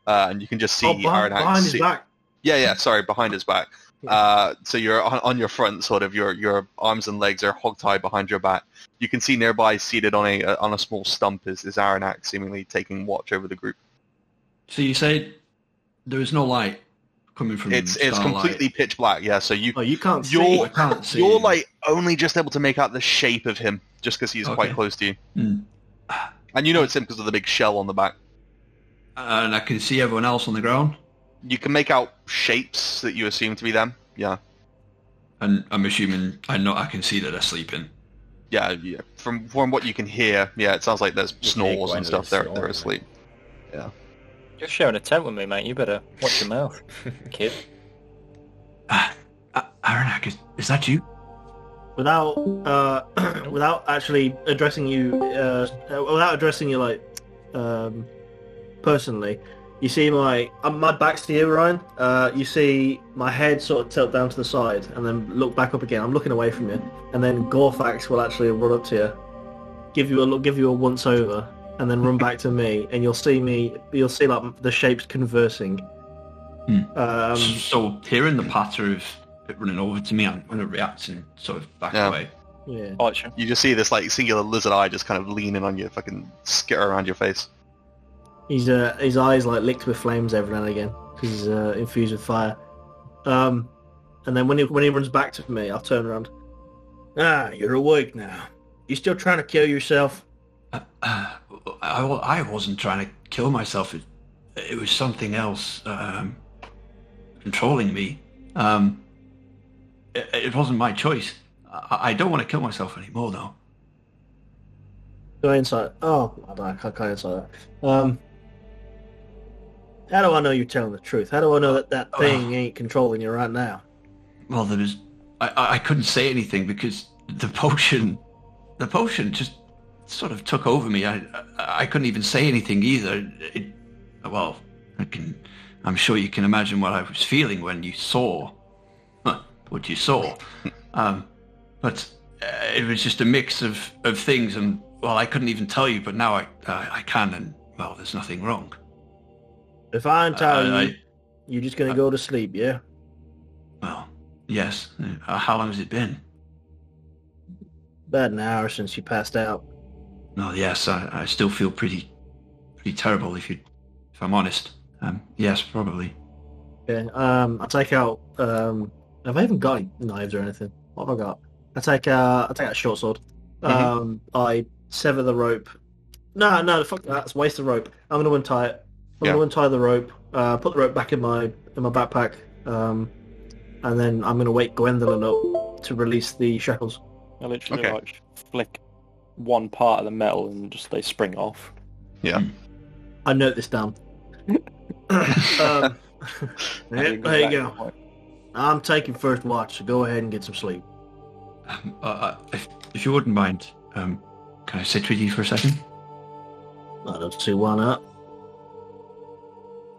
Speaker 1: uh, and you can just see
Speaker 2: oh, behind,
Speaker 1: Aranax
Speaker 2: behind his
Speaker 1: sit-
Speaker 2: back.
Speaker 1: yeah, yeah. Sorry, behind his back.
Speaker 2: Yeah.
Speaker 1: Uh, so you're on, on your front, sort of. Your your arms and legs are hogtied behind your back. You can see nearby, seated on a uh, on a small stump, is is Aranak, seemingly taking watch over the group.
Speaker 4: So you say there is no light coming from
Speaker 1: It's it's
Speaker 4: Mm, starlight.
Speaker 1: completely pitch black. Yeah, so you
Speaker 2: Oh, you can't see.
Speaker 1: You're-
Speaker 4: I can't see.
Speaker 1: you're like only just able to make out the shape of him, just because he's quite
Speaker 4: Okay.
Speaker 1: close to you,
Speaker 4: Hmm.
Speaker 1: and you know it's him because of the big shell on the back.
Speaker 4: and I can see everyone else on the ground.
Speaker 1: You can make out shapes that you assume to be them. Yeah,
Speaker 4: And I'm assuming I know I can see that they're sleeping.
Speaker 1: yeah, yeah. From from what you can hear, yeah, it sounds like there's
Speaker 8: hear
Speaker 1: snores and
Speaker 8: Gwendolyn
Speaker 1: stuff. They're they're asleep.
Speaker 8: snoring.
Speaker 3: You're sharing a tent with me, mate. You better watch your mouth, kid.
Speaker 4: Uh, Aranak, is, is that you?
Speaker 2: without uh, without actually addressing you uh, uh, without addressing you like um, personally you see my uh, my back's to you Ryan uh, you see my head sort of tilt down to the side and then look back up again I'm looking away from you and then Gorfax will actually run up to you give you a look give you a once over and then run back to me and you'll see me you'll see like the shapes conversing
Speaker 4: Hmm.
Speaker 2: um,
Speaker 4: so hearing the patter of it running over to me, I'm going to react and sort of back
Speaker 1: Yeah.
Speaker 4: away.
Speaker 2: yeah
Speaker 3: Archer,
Speaker 1: You just see this like singular lizard eye just kind of leaning on you, fucking skitter around your face.
Speaker 2: He's uh, his eyes like licked with flames every now and again. 'cause He's uh, infused with fire. Um, and then when he when he runs back to me, I'll turn around. Ah, you're awake now. You still trying to kill yourself?
Speaker 4: Uh, uh, I, wa- I wasn't trying to kill myself. It, it was something else um, controlling me. Um, it, it wasn't my choice. I, I don't want to kill myself anymore, though.
Speaker 2: Go inside. Oh, I don't- I can't, can't inside that. Um, how do I know you're telling the truth? How do I know that that thing ain't controlling you right now?
Speaker 4: Well, there was. I- I, I couldn't say anything because the potion, the potion just sort of took over me. I, I, I couldn't even say anything either. It, well, I can. I'm sure you can imagine what I was feeling when you saw huh, what you saw. Um, but uh, it was just a mix of, of things, and well, I couldn't even tell you. But now I I, I can, and well, there's nothing wrong.
Speaker 2: If I ain't telling
Speaker 4: I-
Speaker 2: you, you're just gonna go to sleep, yeah?
Speaker 4: Well, yes. Uh, how long has it been?
Speaker 2: About an hour since you passed out.
Speaker 4: No, yes, I, I still feel pretty, pretty terrible if you, if I'm honest. Um, yes, probably.
Speaker 2: Okay. Um, I take out. Um, have I even got any knives or anything? What have I got? I take. Uh, I take out a short sword. Um, I sever the rope. No, no, fuck that. It's a waste of rope. I'm gonna untie it. I'm
Speaker 1: Yeah.
Speaker 2: gonna untie the rope. Uh, put the rope back in my in my backpack. Um, and then I'm gonna wake Gwendolyn up to release the shackles.
Speaker 3: I literally
Speaker 1: Okay.
Speaker 3: like flick one part of the metal and just they spring off.
Speaker 2: I note this down. um,
Speaker 3: And
Speaker 2: there you
Speaker 3: go back
Speaker 2: go.
Speaker 3: to work.
Speaker 2: I'm taking first watch, so go ahead and get some sleep.
Speaker 4: Um, uh, uh, if, if you wouldn't mind, um, can I sit with you for a second?
Speaker 2: I don't see why not.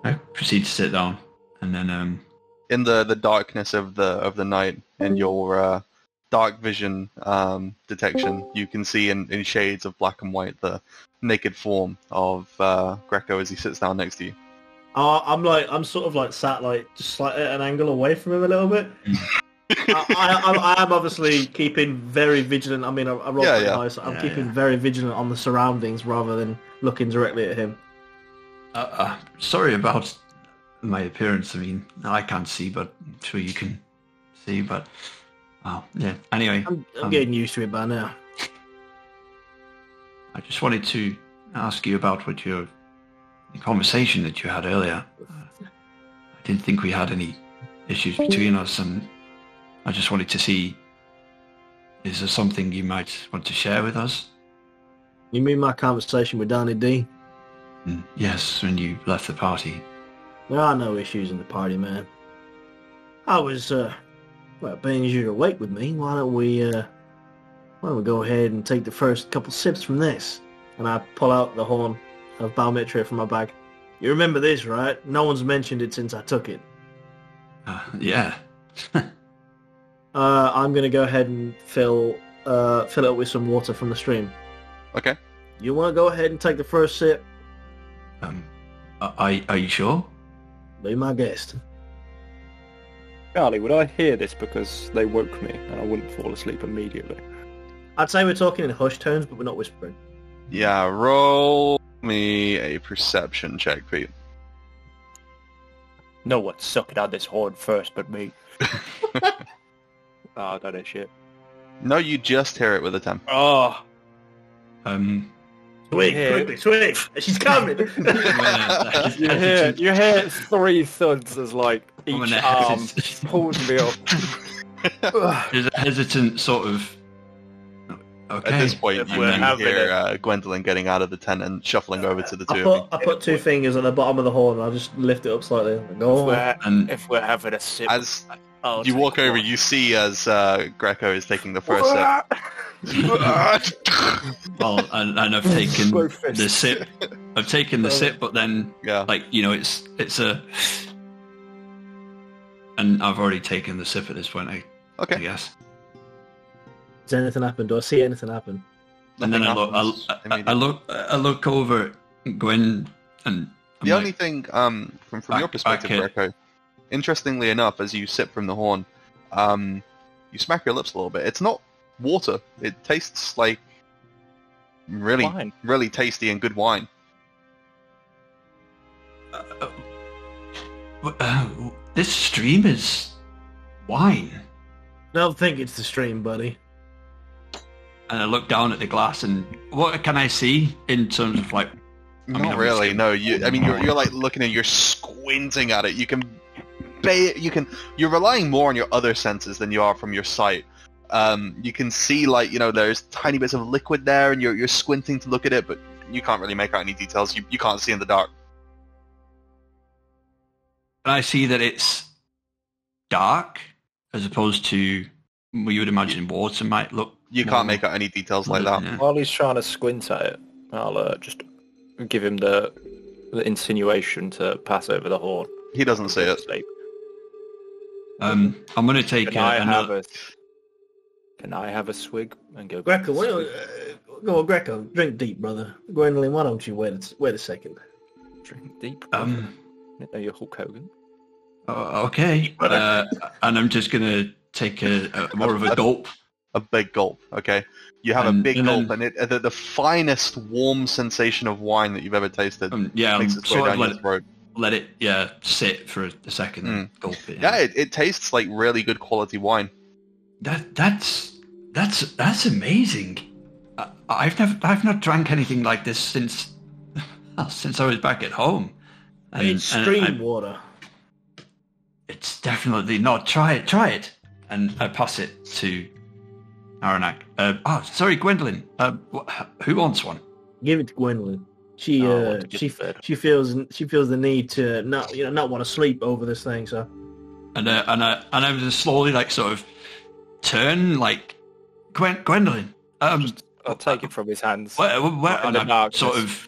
Speaker 4: I proceed to sit down, and then um,
Speaker 1: in the, the darkness of the of the night in your uh, dark vision um, detection, you can see in, in shades of black and white the naked form of uh, Greco as he sits down next to you.
Speaker 2: Uh, I'm like, I'm sort of like sat like just like at an angle away from him a little bit.
Speaker 1: Mm.
Speaker 2: I, I, I, I am obviously keeping very vigilant. I mean, I, I rolled
Speaker 1: Yeah,
Speaker 2: pretty
Speaker 1: yeah.
Speaker 2: high, so I'm
Speaker 4: Yeah,
Speaker 2: keeping very vigilant on the surroundings rather than looking directly at him.
Speaker 4: Uh, uh, sorry about my appearance. I mean, I can't see, but I'm sure you can see. But oh, yeah. Anyway,
Speaker 2: I'm, I'm
Speaker 4: Um,
Speaker 2: getting used to it by now.
Speaker 4: I just wanted to ask you about what your the conversation that you had earlier. Uh, I didn't think we had any issues between us, and I just wanted to see is there something you might want to share with us?
Speaker 2: You mean my conversation with Donnie D?
Speaker 4: Mm, Yes, when you left the party.
Speaker 2: There are no issues in the party, man. I was, uh, well, being as you're awake with me, why don't we, uh, why don't we go ahead and take the first couple sips from this? And I pull out the horn of Balmetria from my bag. You remember this, right? No one's mentioned it since I took it.
Speaker 4: Uh, yeah.
Speaker 2: Uh, I'm gonna go ahead and fill, uh, fill it up with some water from the stream.
Speaker 1: Okay.
Speaker 2: You want to go ahead and take the first sip?
Speaker 4: Um, are, are- are you sure?
Speaker 2: Be my guest.
Speaker 3: Charlie, would I hear this because they woke me and I wouldn't fall asleep immediately?
Speaker 2: I'd say we're talking in hushed tones, but we're not whispering.
Speaker 1: Yeah, roll me a perception check, Pete.
Speaker 3: No one sucked out this horn first but me. Ah, I don't know shit.
Speaker 1: No, you just hear it with a 10.
Speaker 3: Oh,
Speaker 4: Um,
Speaker 2: Twig,
Speaker 3: Yeah.
Speaker 2: quickly, twig! She's coming!
Speaker 3: you hear, you hear three thuds as like
Speaker 4: I'm
Speaker 3: each
Speaker 4: gonna-
Speaker 3: arm pulls me up.
Speaker 4: There's a hesitant sort of. Okay.
Speaker 1: At this point,
Speaker 3: If
Speaker 1: you
Speaker 3: we're
Speaker 1: you
Speaker 3: having
Speaker 1: hear
Speaker 3: it.
Speaker 1: uh, Gwendolyn getting out of the tent and shuffling over to the two
Speaker 2: I
Speaker 1: of you.
Speaker 2: put, I put two fingers on the bottom of the horn and I just lift it up slightly. oh, Go on.
Speaker 3: We're-
Speaker 4: and
Speaker 3: if we're having a sip,
Speaker 1: Oh. As
Speaker 3: I'll
Speaker 1: you
Speaker 3: take
Speaker 1: walk over,
Speaker 3: one.
Speaker 1: you see as uh, Greco is taking the first sip.
Speaker 4: well, Oh, and, and I've taken
Speaker 3: Go first.
Speaker 4: the sip. I've taken the sip, but then
Speaker 1: yeah.
Speaker 4: like you know, it's it's a. And I've already taken the sip at this point, I, I
Speaker 1: Okay.
Speaker 4: guess.
Speaker 2: Has anything happened? Do I see anything happen?
Speaker 4: And then I
Speaker 1: Nothing
Speaker 4: look,
Speaker 1: happens
Speaker 4: I, I, I
Speaker 1: immediately.
Speaker 4: look, I look over at Gwen, and I'm
Speaker 1: The
Speaker 4: like,
Speaker 1: only thing, um, from, from your
Speaker 4: Back- back
Speaker 1: perspective,
Speaker 4: here.
Speaker 1: Greco, interestingly enough, as you sip from the horn, um, you smack your lips a little bit. It's not water. It tastes like really,
Speaker 3: Fine.
Speaker 1: really tasty and good wine.
Speaker 4: uh, uh, w- uh, "This stream is wine."
Speaker 2: Don't think it's the stream, buddy.
Speaker 4: And I look down at the glass, and what can I see in terms of like
Speaker 1: Not
Speaker 4: mean,
Speaker 1: really.
Speaker 4: obviously-
Speaker 1: No, you. I mean, you're, you're like looking and you're squinting at it. You can, ba- you can. You're relying more on your other senses than you are from your sight. Um, you can see like you know there's tiny bits of liquid there, and you're you're squinting to look at it, but you can't really make out any details. You you can't see in the dark.
Speaker 4: and I see that it's dark as opposed to well, you would imagine water might look.
Speaker 1: You
Speaker 4: more-
Speaker 1: can't make out any details like that.
Speaker 4: Yeah.
Speaker 3: While he's trying to squint at it, I'll uh, just give him the the insinuation to pass over the horn.
Speaker 1: He doesn't see it.
Speaker 3: Sleep.
Speaker 4: Um, I'm going to take
Speaker 3: Can
Speaker 4: a,
Speaker 3: I have
Speaker 4: another.
Speaker 3: a Can I have a swig and go? back
Speaker 2: Greco, why don't, uh, go on, Greco, drink deep, brother. Gwendolyn, why don't you wait a, wait a second?
Speaker 3: Drink deep.
Speaker 4: Um,
Speaker 3: Are you Hulk Hogan?
Speaker 4: o- okay, uh, and I'm just going to take a, a more of a gulp.
Speaker 1: A big gulp. Okay, you have a
Speaker 4: And-
Speaker 1: big
Speaker 4: and then-
Speaker 1: gulp, and it the, the finest warm sensation of wine that you've ever tasted
Speaker 4: Um, yeah, I'm
Speaker 1: makes its way
Speaker 4: sort of
Speaker 1: down your
Speaker 4: let,
Speaker 1: throat.
Speaker 4: let it yeah sit for a second
Speaker 1: Hmm.
Speaker 4: and gulp it.
Speaker 1: Yeah, it, it tastes like really good quality wine.
Speaker 4: That that's that's that's amazing. I, I've never I've not drank anything like this since since I was back at home. And-
Speaker 2: it's
Speaker 4: and
Speaker 2: stream
Speaker 4: I-
Speaker 2: water.
Speaker 4: It's definitely not. Try it. Try it. And I pass it to Aranak. Uh, oh, sorry, Gwendolyn. Uh, wh- who wants one?
Speaker 2: Give it to Gwendolyn. She
Speaker 3: Oh, I
Speaker 2: uh,
Speaker 3: want to get
Speaker 2: she
Speaker 3: to bed.
Speaker 2: she feels she feels the need to not you know not want to sleep over this thing. So
Speaker 4: And uh, and I and I just slowly like sort of turn like Gwen, Gwendolyn. Um,
Speaker 3: I'll take it from his hands
Speaker 4: where, where,
Speaker 3: in
Speaker 4: and
Speaker 3: the
Speaker 4: I'm
Speaker 3: darkness.
Speaker 4: sort of.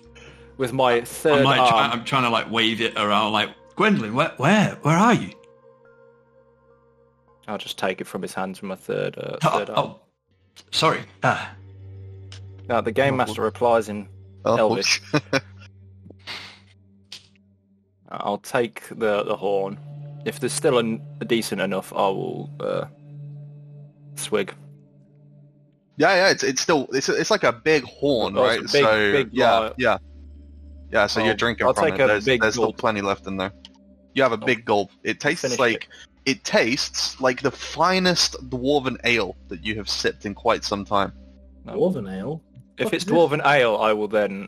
Speaker 3: with my third
Speaker 4: I'm like, try,
Speaker 3: arm.
Speaker 4: I'm trying to like wave it around. Like Gwendolyn, where where where are you?
Speaker 3: I'll just take it from his hands with my third, uh,
Speaker 4: Oh,
Speaker 3: third arm.
Speaker 4: oh, sorry. Ah,
Speaker 3: Now the game master replies in,
Speaker 1: Uh,
Speaker 3: Elvish. "I'll take the the horn. If there's still an, decent enough, I will uh, swig."
Speaker 1: Yeah, yeah, it's it's still it's it's like a big horn,
Speaker 3: Oh,
Speaker 1: right?
Speaker 3: it's a big-
Speaker 1: so
Speaker 3: big
Speaker 1: yeah,
Speaker 3: lar-
Speaker 1: yeah, yeah. So
Speaker 3: Oh,
Speaker 1: you're drinking
Speaker 3: I'll
Speaker 1: from
Speaker 3: take
Speaker 1: it.
Speaker 3: a
Speaker 1: There's,
Speaker 3: big
Speaker 1: there's still
Speaker 3: gulp. Oh,
Speaker 1: plenty left in there. You have a big gulp. It tastes
Speaker 3: Finish
Speaker 1: like it. tastes like the finest dwarven ale that you have sipped in quite some time.
Speaker 3: Oh.
Speaker 2: Dwarven ale.
Speaker 3: If
Speaker 2: What
Speaker 3: it's
Speaker 2: is this?
Speaker 3: dwarven ale, I will then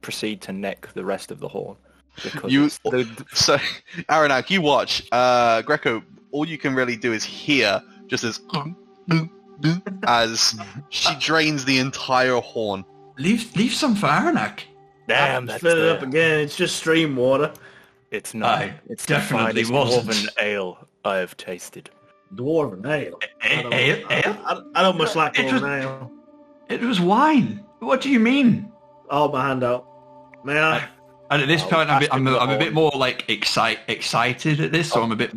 Speaker 3: proceed to neck the rest of the horn because
Speaker 1: You-
Speaker 3: it's the,
Speaker 1: So, Aranak, you watch. Uh, Greco, all you can really do is hear just as as she drains the entire horn.
Speaker 4: leave leave some for Aranak.
Speaker 3: damn that's
Speaker 2: Fill it
Speaker 3: the-
Speaker 2: up again. It's just stream water.
Speaker 3: It's not.
Speaker 4: I
Speaker 3: it's
Speaker 4: definitely
Speaker 3: the finest
Speaker 4: wasn't.
Speaker 3: dwarven ale I have tasted.
Speaker 2: Dwarven ale. I
Speaker 4: Eh,
Speaker 2: don't,
Speaker 4: eh,
Speaker 2: I,
Speaker 4: eh?
Speaker 2: I- I don't much like
Speaker 4: It was-
Speaker 2: dwarven ale.
Speaker 4: It was wine. What do you mean?
Speaker 2: I'll hold my hand out. May I?
Speaker 4: And at this
Speaker 3: Oh,
Speaker 4: point, I'm, a bit, I'm, a,
Speaker 3: asking
Speaker 4: I'm a bit
Speaker 3: the
Speaker 4: more like excite, excited at this, so I'm a bit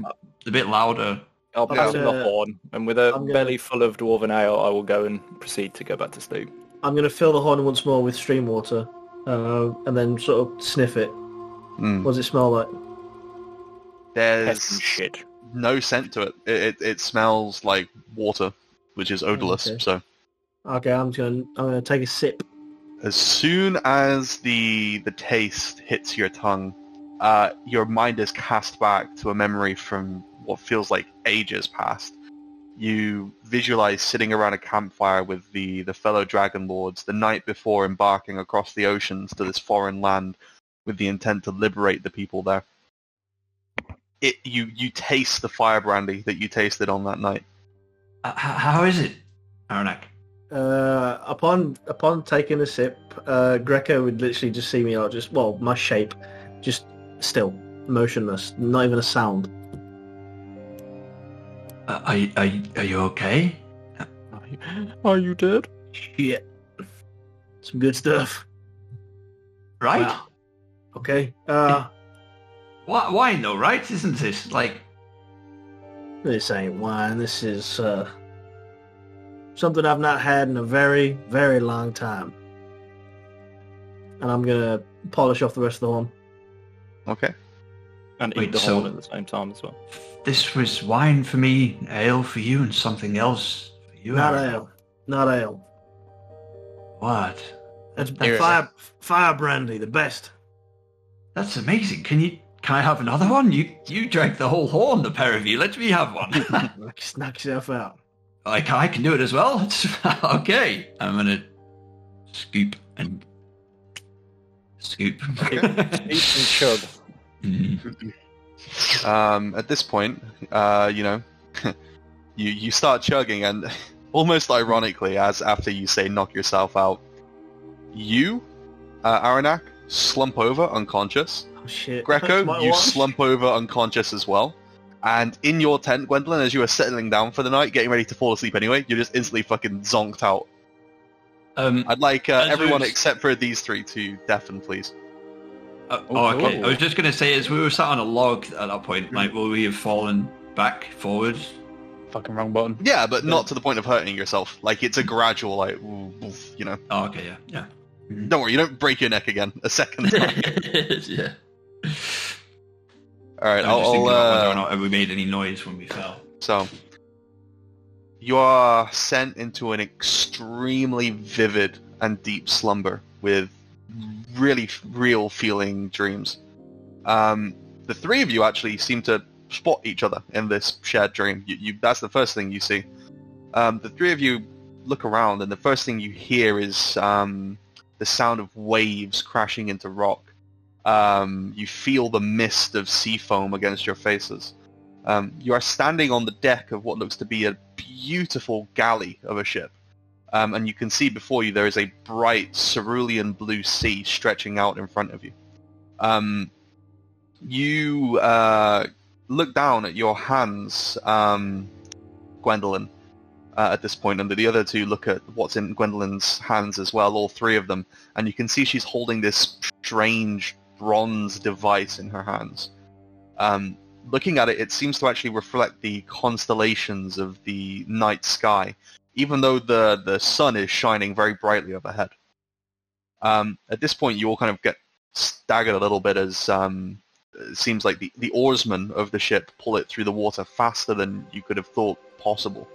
Speaker 4: a bit louder.
Speaker 3: I'll
Speaker 2: I'm
Speaker 3: pass him
Speaker 2: gonna-
Speaker 3: the horn, and with a
Speaker 2: uh, I'm gonna-
Speaker 3: belly full of dwarven ale, I will go and proceed to go back to sleep.
Speaker 2: I'm going to fill the horn once more with stream water uh, and then sort of sniff it.
Speaker 1: Mm.
Speaker 2: What does it smell like?
Speaker 3: Pest and
Speaker 1: There's
Speaker 3: shit.
Speaker 1: no scent to it. It, it. it smells like water, which is odorless.
Speaker 2: Okay.
Speaker 1: So
Speaker 2: Okay, I'm going to I'm going to take a sip.
Speaker 1: as soon as the the taste hits your tongue, uh, your mind is cast back to a memory from what feels like ages past. You visualize sitting around a campfire with the, the fellow dragon lords the night before embarking across the oceans to this foreign land with the intent to liberate the people there. It you you taste the fire brandy that you tasted on that night.
Speaker 4: Uh, h- how is it, Aranak?
Speaker 2: Uh, upon upon taking a sip, uh, Greco would literally just see me like just well my shape, just still motionless, not even a sound.
Speaker 4: Uh, are, you- are, you- are you okay?
Speaker 3: Are you, are you dead?
Speaker 2: Yeah, some good stuff.
Speaker 4: Right?
Speaker 2: Wow. Okay, uh,
Speaker 4: Why, wine though, right? Isn't this like
Speaker 2: this ain't wine. This is uh, something I've not had in a very very long time. And I'm gonna polish off the rest of the horn.
Speaker 1: Okay.
Speaker 3: And
Speaker 4: Wait,
Speaker 3: eat the
Speaker 4: so-
Speaker 3: horn at the same time as well.
Speaker 4: this was wine for me, ale for you, and something else for you?
Speaker 2: Not
Speaker 4: Aranak?
Speaker 2: ale, not ale.
Speaker 4: What?
Speaker 2: That's
Speaker 4: Here it is.
Speaker 2: fire fire brandy, the best.
Speaker 4: That's amazing. Can you? Can I have another one? You you drank the whole horn, the pair of you. Let me have one.
Speaker 2: Knock knock yourself out.
Speaker 4: like I can do it as well. It's, okay, I'm gonna scoop and scoop.
Speaker 3: Eat and chug.
Speaker 4: Mm.
Speaker 1: um, at this point, uh, you know, you you start chugging, and almost ironically, as after you say "knock yourself out," you, uh, Aranak, slump over unconscious.
Speaker 2: Oh shit.
Speaker 1: Greco,
Speaker 2: My
Speaker 1: you
Speaker 2: watch.
Speaker 1: slump over unconscious as well. And in your tent, Gwendolyn, as you are settling down for the night, getting ready to fall asleep anyway, you're just instantly fucking zonked out.
Speaker 4: Um,
Speaker 1: I'd like uh,
Speaker 4: As
Speaker 1: everyone
Speaker 4: who's-
Speaker 1: except for these three to deafen, please.
Speaker 4: uh, oh, okay. I was just gonna say, as we were sat on a log at that
Speaker 1: Mm-hmm.
Speaker 4: point, like, will we have fallen back forwards?
Speaker 5: Fucking wrong button.
Speaker 1: Yeah, but not to the point of hurting yourself. Like, it's a gradual, like, ooh, oof, you know.
Speaker 4: Oh, okay, yeah, yeah.
Speaker 1: Don't worry, you don't break your neck again a second time.
Speaker 4: yeah.
Speaker 1: All right,
Speaker 4: I'm just
Speaker 1: I'll, I'll,
Speaker 4: thinking about whether or
Speaker 1: uh,
Speaker 4: not we made any noise when we fell.
Speaker 1: so you are sent into an extremely vivid and deep slumber with really f- real feeling dreams. Um, the three of you actually seem to spot each other in this shared dream. You, you, that's the first thing you see. Um, the three of you look around, and the first thing you hear is um, the sound of waves crashing into rock. Um, you feel the mist of sea foam against your faces. Um, you are standing on the deck of what looks to be a beautiful galley of a ship. Um, and you can see before you there is a bright cerulean blue sea stretching out in front of you. Um, you uh, look down at your hands, um, Gwendolyn, uh, at this point, and the other two look at what's in Gwendolyn's hands as well, all three of them. And you can see she's holding this strange bronze device in her hands. Um, looking at it, it seems to actually reflect the constellations of the night sky, even though the, the sun is shining very brightly overhead. Um, at this point, you all kind of get staggered a little bit as um, it seems like the, the oarsmen of the ship pull it through the water faster than you could have thought possible.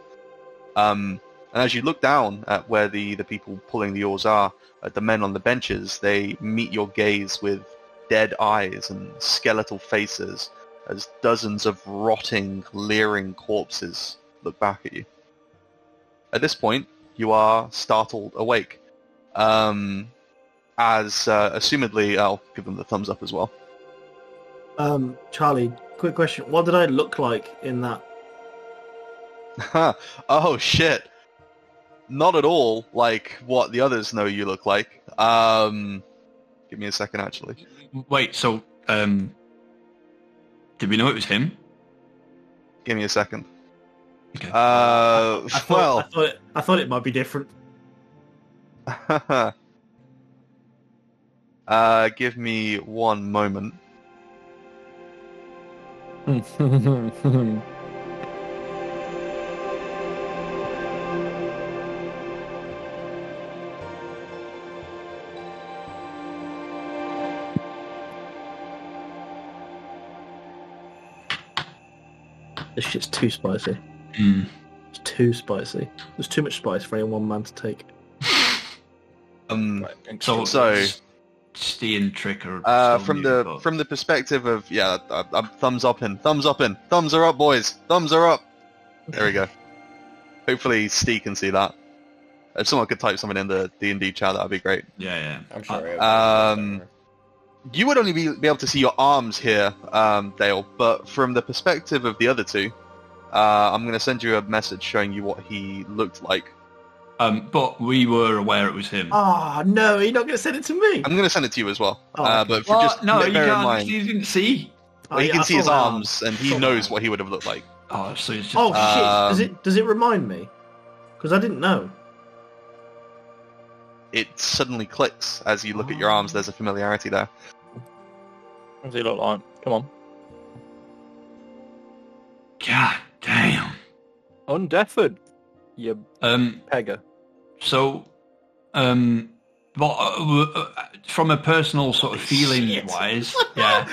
Speaker 1: Um, and as you look down at where the, the people pulling the oars are, at the men on the benches, they meet your gaze with dead eyes and skeletal faces as dozens of rotting, leering corpses look back at you. At this point, you are startled awake, um, as uh, assumedly, I'll give them the thumbs up as well.
Speaker 2: Um, Charlie, quick question. What did I look like in that?
Speaker 1: oh shit! Not at all like what the others know you look like. Um, give me a second, actually.
Speaker 4: Wait, so um, did we know it was him?
Speaker 1: Give me a second.
Speaker 4: Okay.
Speaker 1: Uh,
Speaker 2: I thought, I
Speaker 1: well,
Speaker 2: thought, it, I thought it might be different.
Speaker 1: uh, give me one moment.
Speaker 2: This shit's too spicy.
Speaker 4: Hmm.
Speaker 2: It's too spicy. There's too much spice for any one man to take.
Speaker 1: Um,
Speaker 4: So,
Speaker 1: So-
Speaker 4: Steam trick or
Speaker 1: Uh,
Speaker 4: so
Speaker 1: from
Speaker 4: new,
Speaker 1: the
Speaker 4: but-
Speaker 1: from the perspective of yeah, uh, uh, thumbs up in, thumbs up in, thumbs are up, boys, thumbs are up. There we go. Hopefully, Steve can see that. If someone could type something in the D and D chat, that'd be great.
Speaker 4: yeah, yeah.
Speaker 6: I'm
Speaker 3: Uh,
Speaker 6: sorry.
Speaker 1: Um, You would only be, be able to see your arms here, um, Dale, but from the perspective of the other two, uh, I'm going to send you a message showing you what he looked like.
Speaker 4: Um, but we were aware it was him.
Speaker 2: Ah, no, you're not going to send it to me.
Speaker 1: I'm going to send it to you as well,
Speaker 2: Oh,
Speaker 1: uh,
Speaker 2: okay.
Speaker 1: but for
Speaker 4: Well,
Speaker 1: just
Speaker 4: no,
Speaker 1: bear
Speaker 4: you
Speaker 1: in
Speaker 4: can't.
Speaker 1: mind,
Speaker 4: You didn't see.
Speaker 2: Oh,
Speaker 1: well, you
Speaker 2: yeah,
Speaker 1: can
Speaker 2: I
Speaker 1: see his
Speaker 2: thought that.
Speaker 1: arms, and he
Speaker 2: Thought
Speaker 1: knows
Speaker 2: that.
Speaker 1: what he would have looked like.
Speaker 4: Oh, so it's just
Speaker 2: Oh shit! Does
Speaker 1: Um,
Speaker 2: it does it remind me? Because I didn't know.
Speaker 1: it suddenly clicks as you look at your arms. There's a familiarity there.
Speaker 3: What does he look like? Come on.
Speaker 4: god damn.
Speaker 3: Undeafened. You
Speaker 4: Um,
Speaker 3: pegger.
Speaker 4: so, um, but uh, uh, from a personal sort of feeling wise, yeah.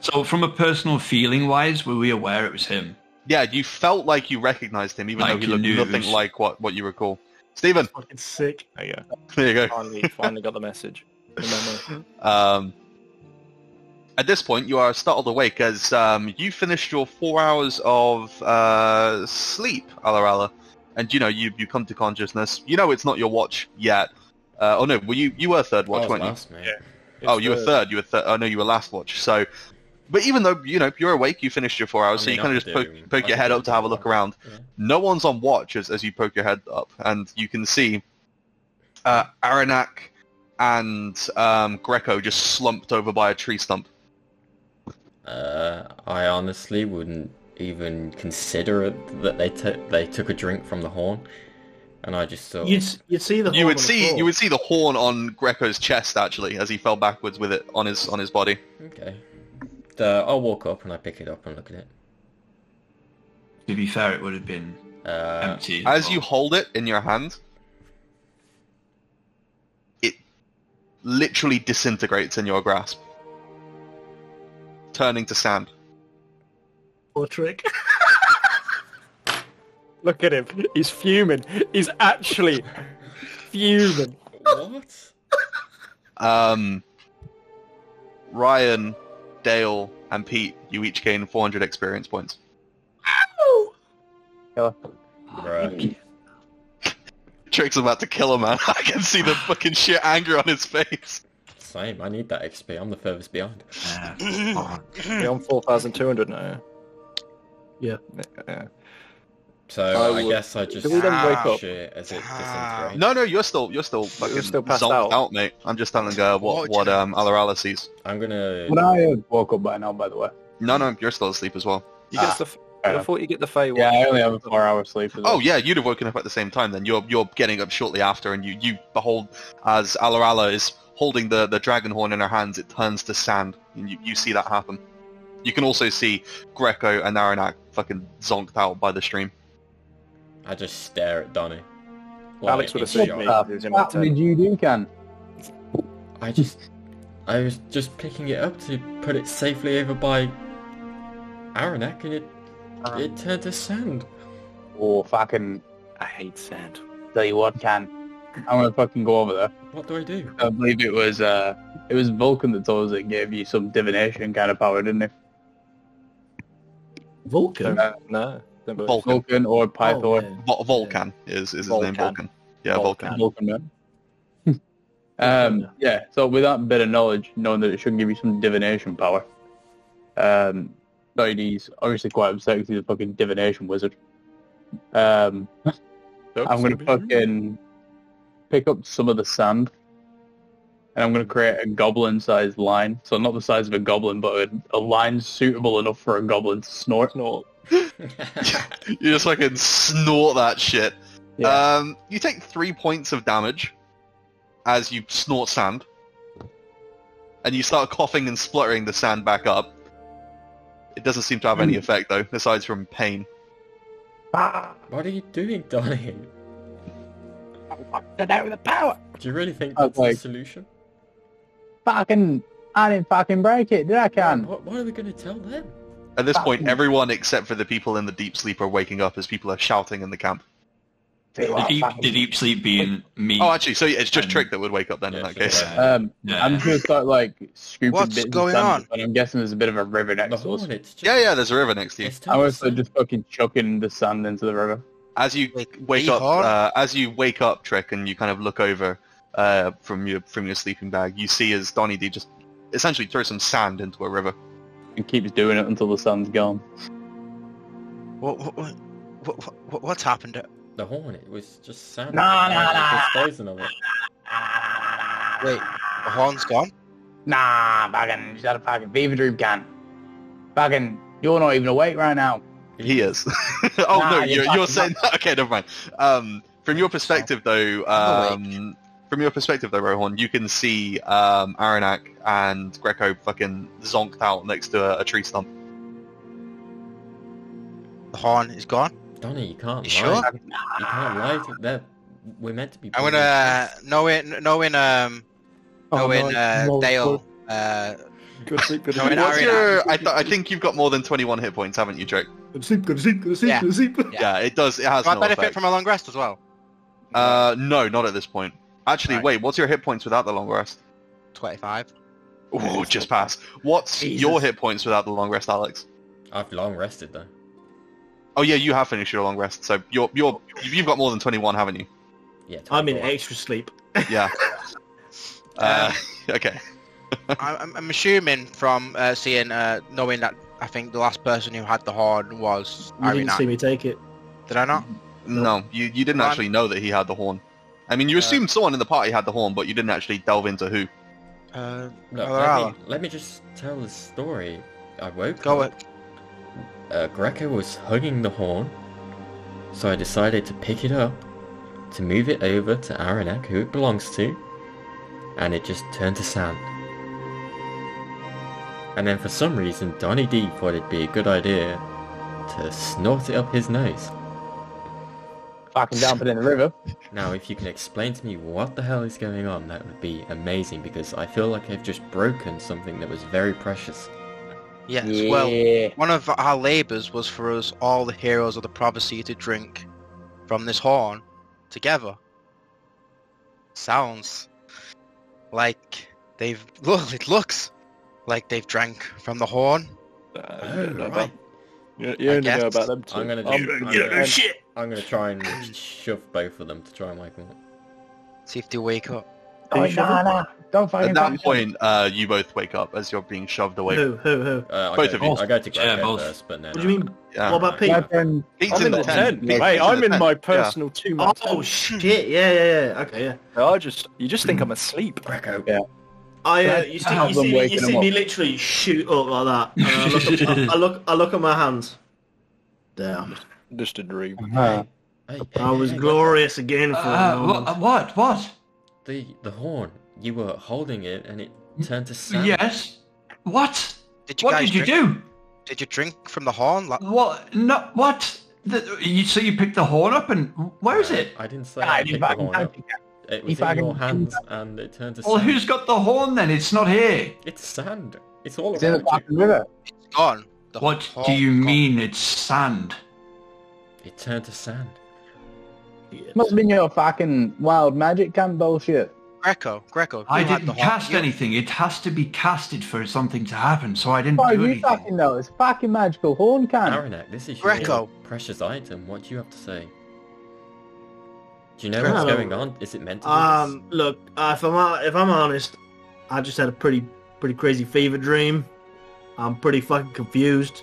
Speaker 4: So from a personal feeling wise, were we aware it was him?
Speaker 1: Yeah, you felt like you recognized him, even
Speaker 4: Like
Speaker 1: though he
Speaker 4: you
Speaker 1: looked
Speaker 4: knew it
Speaker 1: nothing
Speaker 4: was-
Speaker 1: like what, what you recall. Stephen,
Speaker 2: Fucking sick.
Speaker 3: There you go.
Speaker 1: there you go.
Speaker 3: Finally, finally got the message. The memo.
Speaker 1: Um, at this point, you are startled awake as um, you finished your four hours of uh, sleep, Alarala, and you know you you come to consciousness. You know it's not your watch yet. Uh, oh no, well you you were third watch,
Speaker 6: I was
Speaker 1: weren't you?
Speaker 6: last,
Speaker 8: mate.
Speaker 1: oh, you were third. You were third. Oh no, you were last watch. So, but even though you know you're awake, you finished your four hours,
Speaker 6: I
Speaker 1: so you
Speaker 6: mean,
Speaker 1: kind
Speaker 6: I
Speaker 1: of just
Speaker 6: could
Speaker 1: poke,
Speaker 6: do-
Speaker 1: poke your
Speaker 6: I could
Speaker 1: head
Speaker 6: do
Speaker 1: up to have a
Speaker 6: that.
Speaker 1: look around.
Speaker 6: Yeah.
Speaker 1: No one's on watch as, as you poke your head up, and you can see uh, Aranak and um, Greco just slumped over by a tree stump.
Speaker 8: Uh, I honestly wouldn't even consider it that they took they took a drink from the horn, and I just thought,
Speaker 2: You'd you'd see the.
Speaker 1: You
Speaker 2: hole
Speaker 1: would
Speaker 2: on the
Speaker 1: see
Speaker 2: floor.
Speaker 1: you would see the horn on Greco's chest actually as he fell backwards with it on his on his body.
Speaker 8: okay. The, I'll walk up and I pick it up and look at it.
Speaker 4: To be fair, it would have been
Speaker 8: Uh,
Speaker 4: empty.
Speaker 1: As
Speaker 4: but-
Speaker 1: you hold it in your hand, it literally disintegrates in your grasp, turning to sand.
Speaker 2: Or trick.
Speaker 3: Look at him. He's fuming. He's actually fuming.
Speaker 8: what?
Speaker 1: Um, Ryan, Dale, and Pete, you each gain 400 experience points.
Speaker 8: Right.
Speaker 1: Trick's about to kill a man. I can see the fucking sheer anger on his face.
Speaker 8: Same. I need that XP. I'm the furthest behind.
Speaker 4: Yeah.
Speaker 3: We're on 4,200 now.
Speaker 2: Yeah.
Speaker 3: yeah.
Speaker 8: So
Speaker 3: I
Speaker 8: I,
Speaker 3: would-
Speaker 8: guess I just
Speaker 3: Do we then wake up?
Speaker 8: smash it as it disintegrates.
Speaker 1: No, no, you're still, you're still fucking
Speaker 3: still passed
Speaker 1: zonked
Speaker 3: out.
Speaker 1: out. mate. I'm just telling uh, what
Speaker 6: Watch
Speaker 1: what
Speaker 6: it.
Speaker 1: um Alarala sees.
Speaker 8: I'm gonna.
Speaker 9: But I had woke up by now, by the way.
Speaker 1: No, no, you're still asleep as well.
Speaker 3: You get the, f- I
Speaker 9: enough.
Speaker 3: thought Ah. you get the Fey
Speaker 9: Yeah,
Speaker 3: one.
Speaker 9: I only have a four-hour sleep. as well.
Speaker 1: Oh yeah, you'd have woken up at the same time. Then you're you're getting up shortly after, and you you behold as Alarala is holding the the dragon horn in her hands. It turns to sand, and you, you see that happen. You can also see Greco and Aranak fucking zonked out by the stream.
Speaker 8: I just stare at Donnie.
Speaker 9: Alex would have
Speaker 8: in
Speaker 9: saved me.
Speaker 8: shock.
Speaker 9: It Uh, was in my
Speaker 5: What
Speaker 9: turn.
Speaker 5: did you do, Can?
Speaker 8: I just, I was just picking it up to put it safely over by Aranak, and it it turned to sand.
Speaker 9: Oh, fucking...
Speaker 3: I hate sand.
Speaker 9: Tell you what, can. I'm gonna fucking go over there.
Speaker 8: What do I do?
Speaker 9: I believe it was, uh... It was Vulcan that told us it gave you some divination kind of power, didn't it?
Speaker 10: Vulcan.
Speaker 3: No, no. Don't believe
Speaker 1: Vulcan.
Speaker 9: Vulcan or Pythor.
Speaker 10: Oh,
Speaker 9: Vulcan,
Speaker 10: yeah.
Speaker 1: Vol- Volcan is, is his name,
Speaker 3: Volcan.
Speaker 1: Vulcan. Yeah, Volcan.
Speaker 9: man. um, yeah, so with that bit of knowledge, knowing that it should give you some divination power, um, Dodie's obviously quite upset because he's a fucking divination wizard. Um,
Speaker 3: it.
Speaker 9: I'm going to fucking pick up some of the sand, and I'm going to create a goblin-sized line. So not the size of a goblin, but a, a line suitable enough for a goblin to snort. Snort.
Speaker 1: You just fucking snort that shit.
Speaker 9: Yeah.
Speaker 1: Um, you take three points of damage as you snort sand, and you start coughing and spluttering the sand back up. It doesn't seem to have
Speaker 8: Mm.
Speaker 1: any effect though, aside from pain.
Speaker 8: What are you doing, Donnie?
Speaker 9: Get out with the power!
Speaker 8: Do you really think
Speaker 9: I
Speaker 8: that's
Speaker 9: was like-
Speaker 8: the solution?
Speaker 9: Fucking... I didn't fucking break it, did I, Can?
Speaker 8: What, what are we going to tell them?
Speaker 1: At
Speaker 8: Ah.
Speaker 1: this point, everyone except for the people in the deep sleep are waking up as people are shouting in the camp.
Speaker 4: The deep, the deep sleep being me.
Speaker 1: Oh, actually, so it's just
Speaker 4: Um,
Speaker 1: Trick that would wake up then in
Speaker 8: yeah,
Speaker 1: that
Speaker 8: sure,
Speaker 1: case.
Speaker 8: yeah.
Speaker 9: Um,
Speaker 4: Yeah.
Speaker 9: I'm just gonna start like scooping
Speaker 6: What's
Speaker 9: bits
Speaker 6: going
Speaker 9: of sand,
Speaker 6: on?
Speaker 9: but I'm guessing there's a bit of a river
Speaker 8: The
Speaker 9: next to us.
Speaker 8: hornets. Just,
Speaker 1: Yeah, yeah, there's a river nenext to you.
Speaker 8: It's
Speaker 9: I'm
Speaker 8: turned to
Speaker 9: also
Speaker 8: sand.
Speaker 9: just fucking chucking the sand into the river.
Speaker 1: As you
Speaker 6: Wait,
Speaker 1: wake up,
Speaker 6: Ihor?
Speaker 1: uh, as you wake up, Trick, and you kind of look over uh, from your from your sleeping bag, you see as Donny D just essentially throws some sand into a river.
Speaker 9: And keeps doing it until the sand's gone.
Speaker 6: What, what, what, what, what, what's happened?
Speaker 8: The hornet was just sounding.
Speaker 9: No,
Speaker 8: like
Speaker 9: no,
Speaker 8: I was
Speaker 9: no.
Speaker 8: disposing of it.
Speaker 6: Wait, the horn's gone?
Speaker 9: Nah, fucking, you had a fucking fever dream can. Fucking, you're not even awake right now.
Speaker 1: He is. oh
Speaker 9: Nah,
Speaker 1: no,
Speaker 9: you're
Speaker 1: you're,
Speaker 9: fucking
Speaker 1: you're saying okay, never mind. Um, from your perspective though,
Speaker 6: I'm
Speaker 1: um, from your perspective though, Rohan, you can see um, Aranak and Greco fucking zonked out next to a, a tree stump.
Speaker 6: The horn is gone?
Speaker 8: Donnie, you can't
Speaker 6: You
Speaker 8: lie.
Speaker 6: sure?
Speaker 8: You can't lie to them. We're meant to be.
Speaker 6: I'm
Speaker 8: believers.
Speaker 7: uh,
Speaker 6: gonna knowing knowing um knowing uh, Dale uh
Speaker 3: Good sleep, good
Speaker 6: No, in
Speaker 3: night.
Speaker 1: What's
Speaker 6: Aranak.
Speaker 1: your? I, th- I think you've got more than twenty-one hit points, haven't you, Trick?
Speaker 2: Good sleep, good sleep, good sleep,
Speaker 6: Yeah.
Speaker 2: good sleep.
Speaker 6: Yeah.
Speaker 1: Yeah, it does. It has.
Speaker 6: do I
Speaker 1: no
Speaker 6: benefit
Speaker 1: effect.
Speaker 6: from a long rest as well?
Speaker 1: Uh, no, not at this point. Actually,
Speaker 6: Right.
Speaker 1: wait. What's your hit points without the long rest?
Speaker 6: Twenty five.
Speaker 1: Oh, just pass. What's your hit points without the long rest, Alex?
Speaker 8: I've long rested though.
Speaker 1: Oh yeah, you have finished your long rest, so you're you're you've got more than twenty-one, haven't you?
Speaker 8: Yeah.
Speaker 2: I'm in
Speaker 8: 24.
Speaker 2: extra sleep.
Speaker 1: Yeah. uh,
Speaker 6: Um,
Speaker 1: okay.
Speaker 6: I'm, I'm assuming from uh, seeing uh, knowing that I think the last person who had the horn was
Speaker 2: You didn't
Speaker 6: Irina.
Speaker 2: see me take it.
Speaker 6: Did I not?
Speaker 1: No, you you didn't
Speaker 6: Well, I'm-
Speaker 1: actually know that he had the horn. I mean, you assumed someone in the party had the horn, but you didn't actually delve into who.
Speaker 6: Uh,
Speaker 8: Look, let,
Speaker 6: Oh, wow.
Speaker 8: me, let me just tell the story. I woke
Speaker 6: go
Speaker 8: up.
Speaker 6: it.
Speaker 8: Uh, Greco was hugging the horn, so I decided to pick it up, to move it over to Aranak, who it belongs to, and it just turned to sand. And then for some reason, Donny D thought it'd be a good idea to snort it up his nose.
Speaker 9: Fucking dump it in the river.
Speaker 8: Now, if you can explain to me what the hell is going on, that would be amazing because I feel like I've just broken something that was very precious.
Speaker 6: Yes.
Speaker 9: yeah.
Speaker 6: Well, one of our labours was for us all the heroes of the prophecy to drink from this horn together. Sounds like they've. Look, it looks like they've drank from the horn.
Speaker 3: Uh, you don't know
Speaker 6: Right.
Speaker 3: about- You, you
Speaker 6: I
Speaker 3: only know
Speaker 6: guess.
Speaker 3: about them two.
Speaker 8: I'm gonna
Speaker 3: I'm,
Speaker 8: do-
Speaker 3: I'm
Speaker 8: You don't know
Speaker 3: gonna-
Speaker 4: shit.
Speaker 8: I'm gonna try and shove both of them to try and wake them up.
Speaker 6: See if they wake up.
Speaker 9: Oh, nah, nah. Don't fucking
Speaker 1: At
Speaker 9: touch
Speaker 1: that
Speaker 9: it.
Speaker 1: point, uh, you both wake up as you're being shoved away.
Speaker 2: Who, who, who?
Speaker 8: Uh, I
Speaker 1: Both
Speaker 8: go,
Speaker 1: of you.
Speaker 8: I go to Greco
Speaker 4: Yeah, both.
Speaker 8: first, but no.
Speaker 2: What do you mean?
Speaker 1: Uh, Yeah.
Speaker 2: what about Pete?
Speaker 9: My friend-
Speaker 1: Pete's
Speaker 3: I'm in the tent.
Speaker 1: Pete's
Speaker 3: Mate, I'm
Speaker 1: the
Speaker 3: in
Speaker 1: tent.
Speaker 3: my
Speaker 1: Yeah.
Speaker 3: personal two man.
Speaker 2: Oh shit! Yeah, yeah, yeah. Okay, yeah.
Speaker 3: I just you just think I'm asleep.
Speaker 8: Greco.
Speaker 2: I, uh,
Speaker 9: Right.
Speaker 2: you
Speaker 9: I
Speaker 2: see,
Speaker 9: have
Speaker 2: you
Speaker 9: them
Speaker 2: see, me,
Speaker 9: waking
Speaker 2: you
Speaker 9: them
Speaker 2: see
Speaker 9: up.
Speaker 2: me literally shoot up like that. And I, look up, I, I look, I look at my hands. Damn,
Speaker 3: Just a dream.
Speaker 9: Uh,
Speaker 8: Hey, hey,
Speaker 2: I was
Speaker 8: hey,
Speaker 2: glorious again for a
Speaker 4: Uh,
Speaker 2: moment.
Speaker 4: what, what? What?
Speaker 8: The the horn. You were holding it, and it turned to sand.
Speaker 4: Yes. What?
Speaker 6: Did you
Speaker 4: What
Speaker 6: guys
Speaker 4: did you
Speaker 6: drink?
Speaker 4: do?
Speaker 6: Did you drink from the horn? Like,
Speaker 4: What? No, what? The, you so you picked the horn up and where is it?
Speaker 8: I didn't say I picked the horn up. It was
Speaker 5: if I
Speaker 8: in your
Speaker 5: can-
Speaker 8: hands, and it turned to
Speaker 4: Well,
Speaker 8: sand.
Speaker 4: who's got the horn then? It's not here.
Speaker 8: It's sand. It's all
Speaker 5: It's in the
Speaker 8: around you.
Speaker 5: fucking river.
Speaker 6: it's gone. The
Speaker 4: What
Speaker 6: horn
Speaker 4: do you
Speaker 6: gone.
Speaker 4: mean? It's sand.
Speaker 8: It turned to sand.
Speaker 5: Must have been your fucking wild magic camp bullshit.
Speaker 6: Greco, Greco.
Speaker 4: I
Speaker 6: you had
Speaker 4: didn't
Speaker 6: the horn.
Speaker 4: cast
Speaker 6: You-
Speaker 4: anything. It has to be casted for something to happen. So I didn't
Speaker 5: What are
Speaker 4: do
Speaker 5: you
Speaker 4: anything.
Speaker 5: fucking know? It's fucking magical horn can.
Speaker 8: Aranak, this is
Speaker 6: Greco.
Speaker 8: your precious item. What do you have to say? Do you know
Speaker 2: Greco.
Speaker 8: what's going on? Is it meant to be?
Speaker 2: Um, look, uh, if I'm hon- if I'm honest, I just had a pretty pretty crazy fever dream. I'm pretty fucking confused.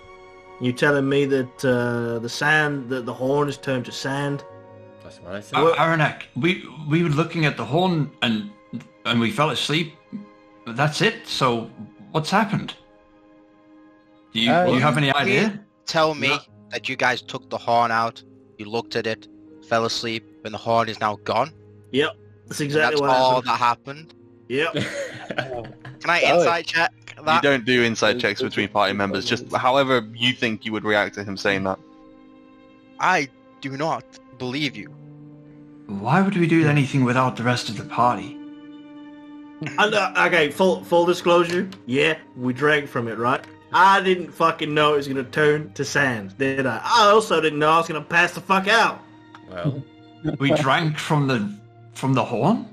Speaker 2: You telling me that uh, the sand, that the horn is turned to sand?
Speaker 8: this? That's what I said.
Speaker 4: Uh, Aranak, we we were looking at the horn and and we fell asleep. That's it. So what's happened? Do you,
Speaker 5: Uh,
Speaker 4: do you have any
Speaker 6: you
Speaker 4: idea?
Speaker 6: Tell me
Speaker 4: No.
Speaker 6: that you guys took the horn out. You looked at it, fell asleep, and the horn is now gone.
Speaker 2: That's exactly
Speaker 6: that's
Speaker 2: what
Speaker 6: all
Speaker 2: happened.
Speaker 6: that happened.
Speaker 2: Yep.
Speaker 6: Can I
Speaker 5: Valid.
Speaker 6: inside check
Speaker 1: You
Speaker 6: that?
Speaker 1: don't do inside checks between party members. Just however you think you would react to him saying that.
Speaker 6: I do not believe you.
Speaker 4: Why would we do anything without the rest of the party?
Speaker 2: And, uh, okay, full full disclosure. Yeah, we drank from it, right? I didn't fucking know it was gonna turn to sand, did I? I also didn't know I was gonna pass the fuck out.
Speaker 8: well,
Speaker 4: We drank from the from the horn.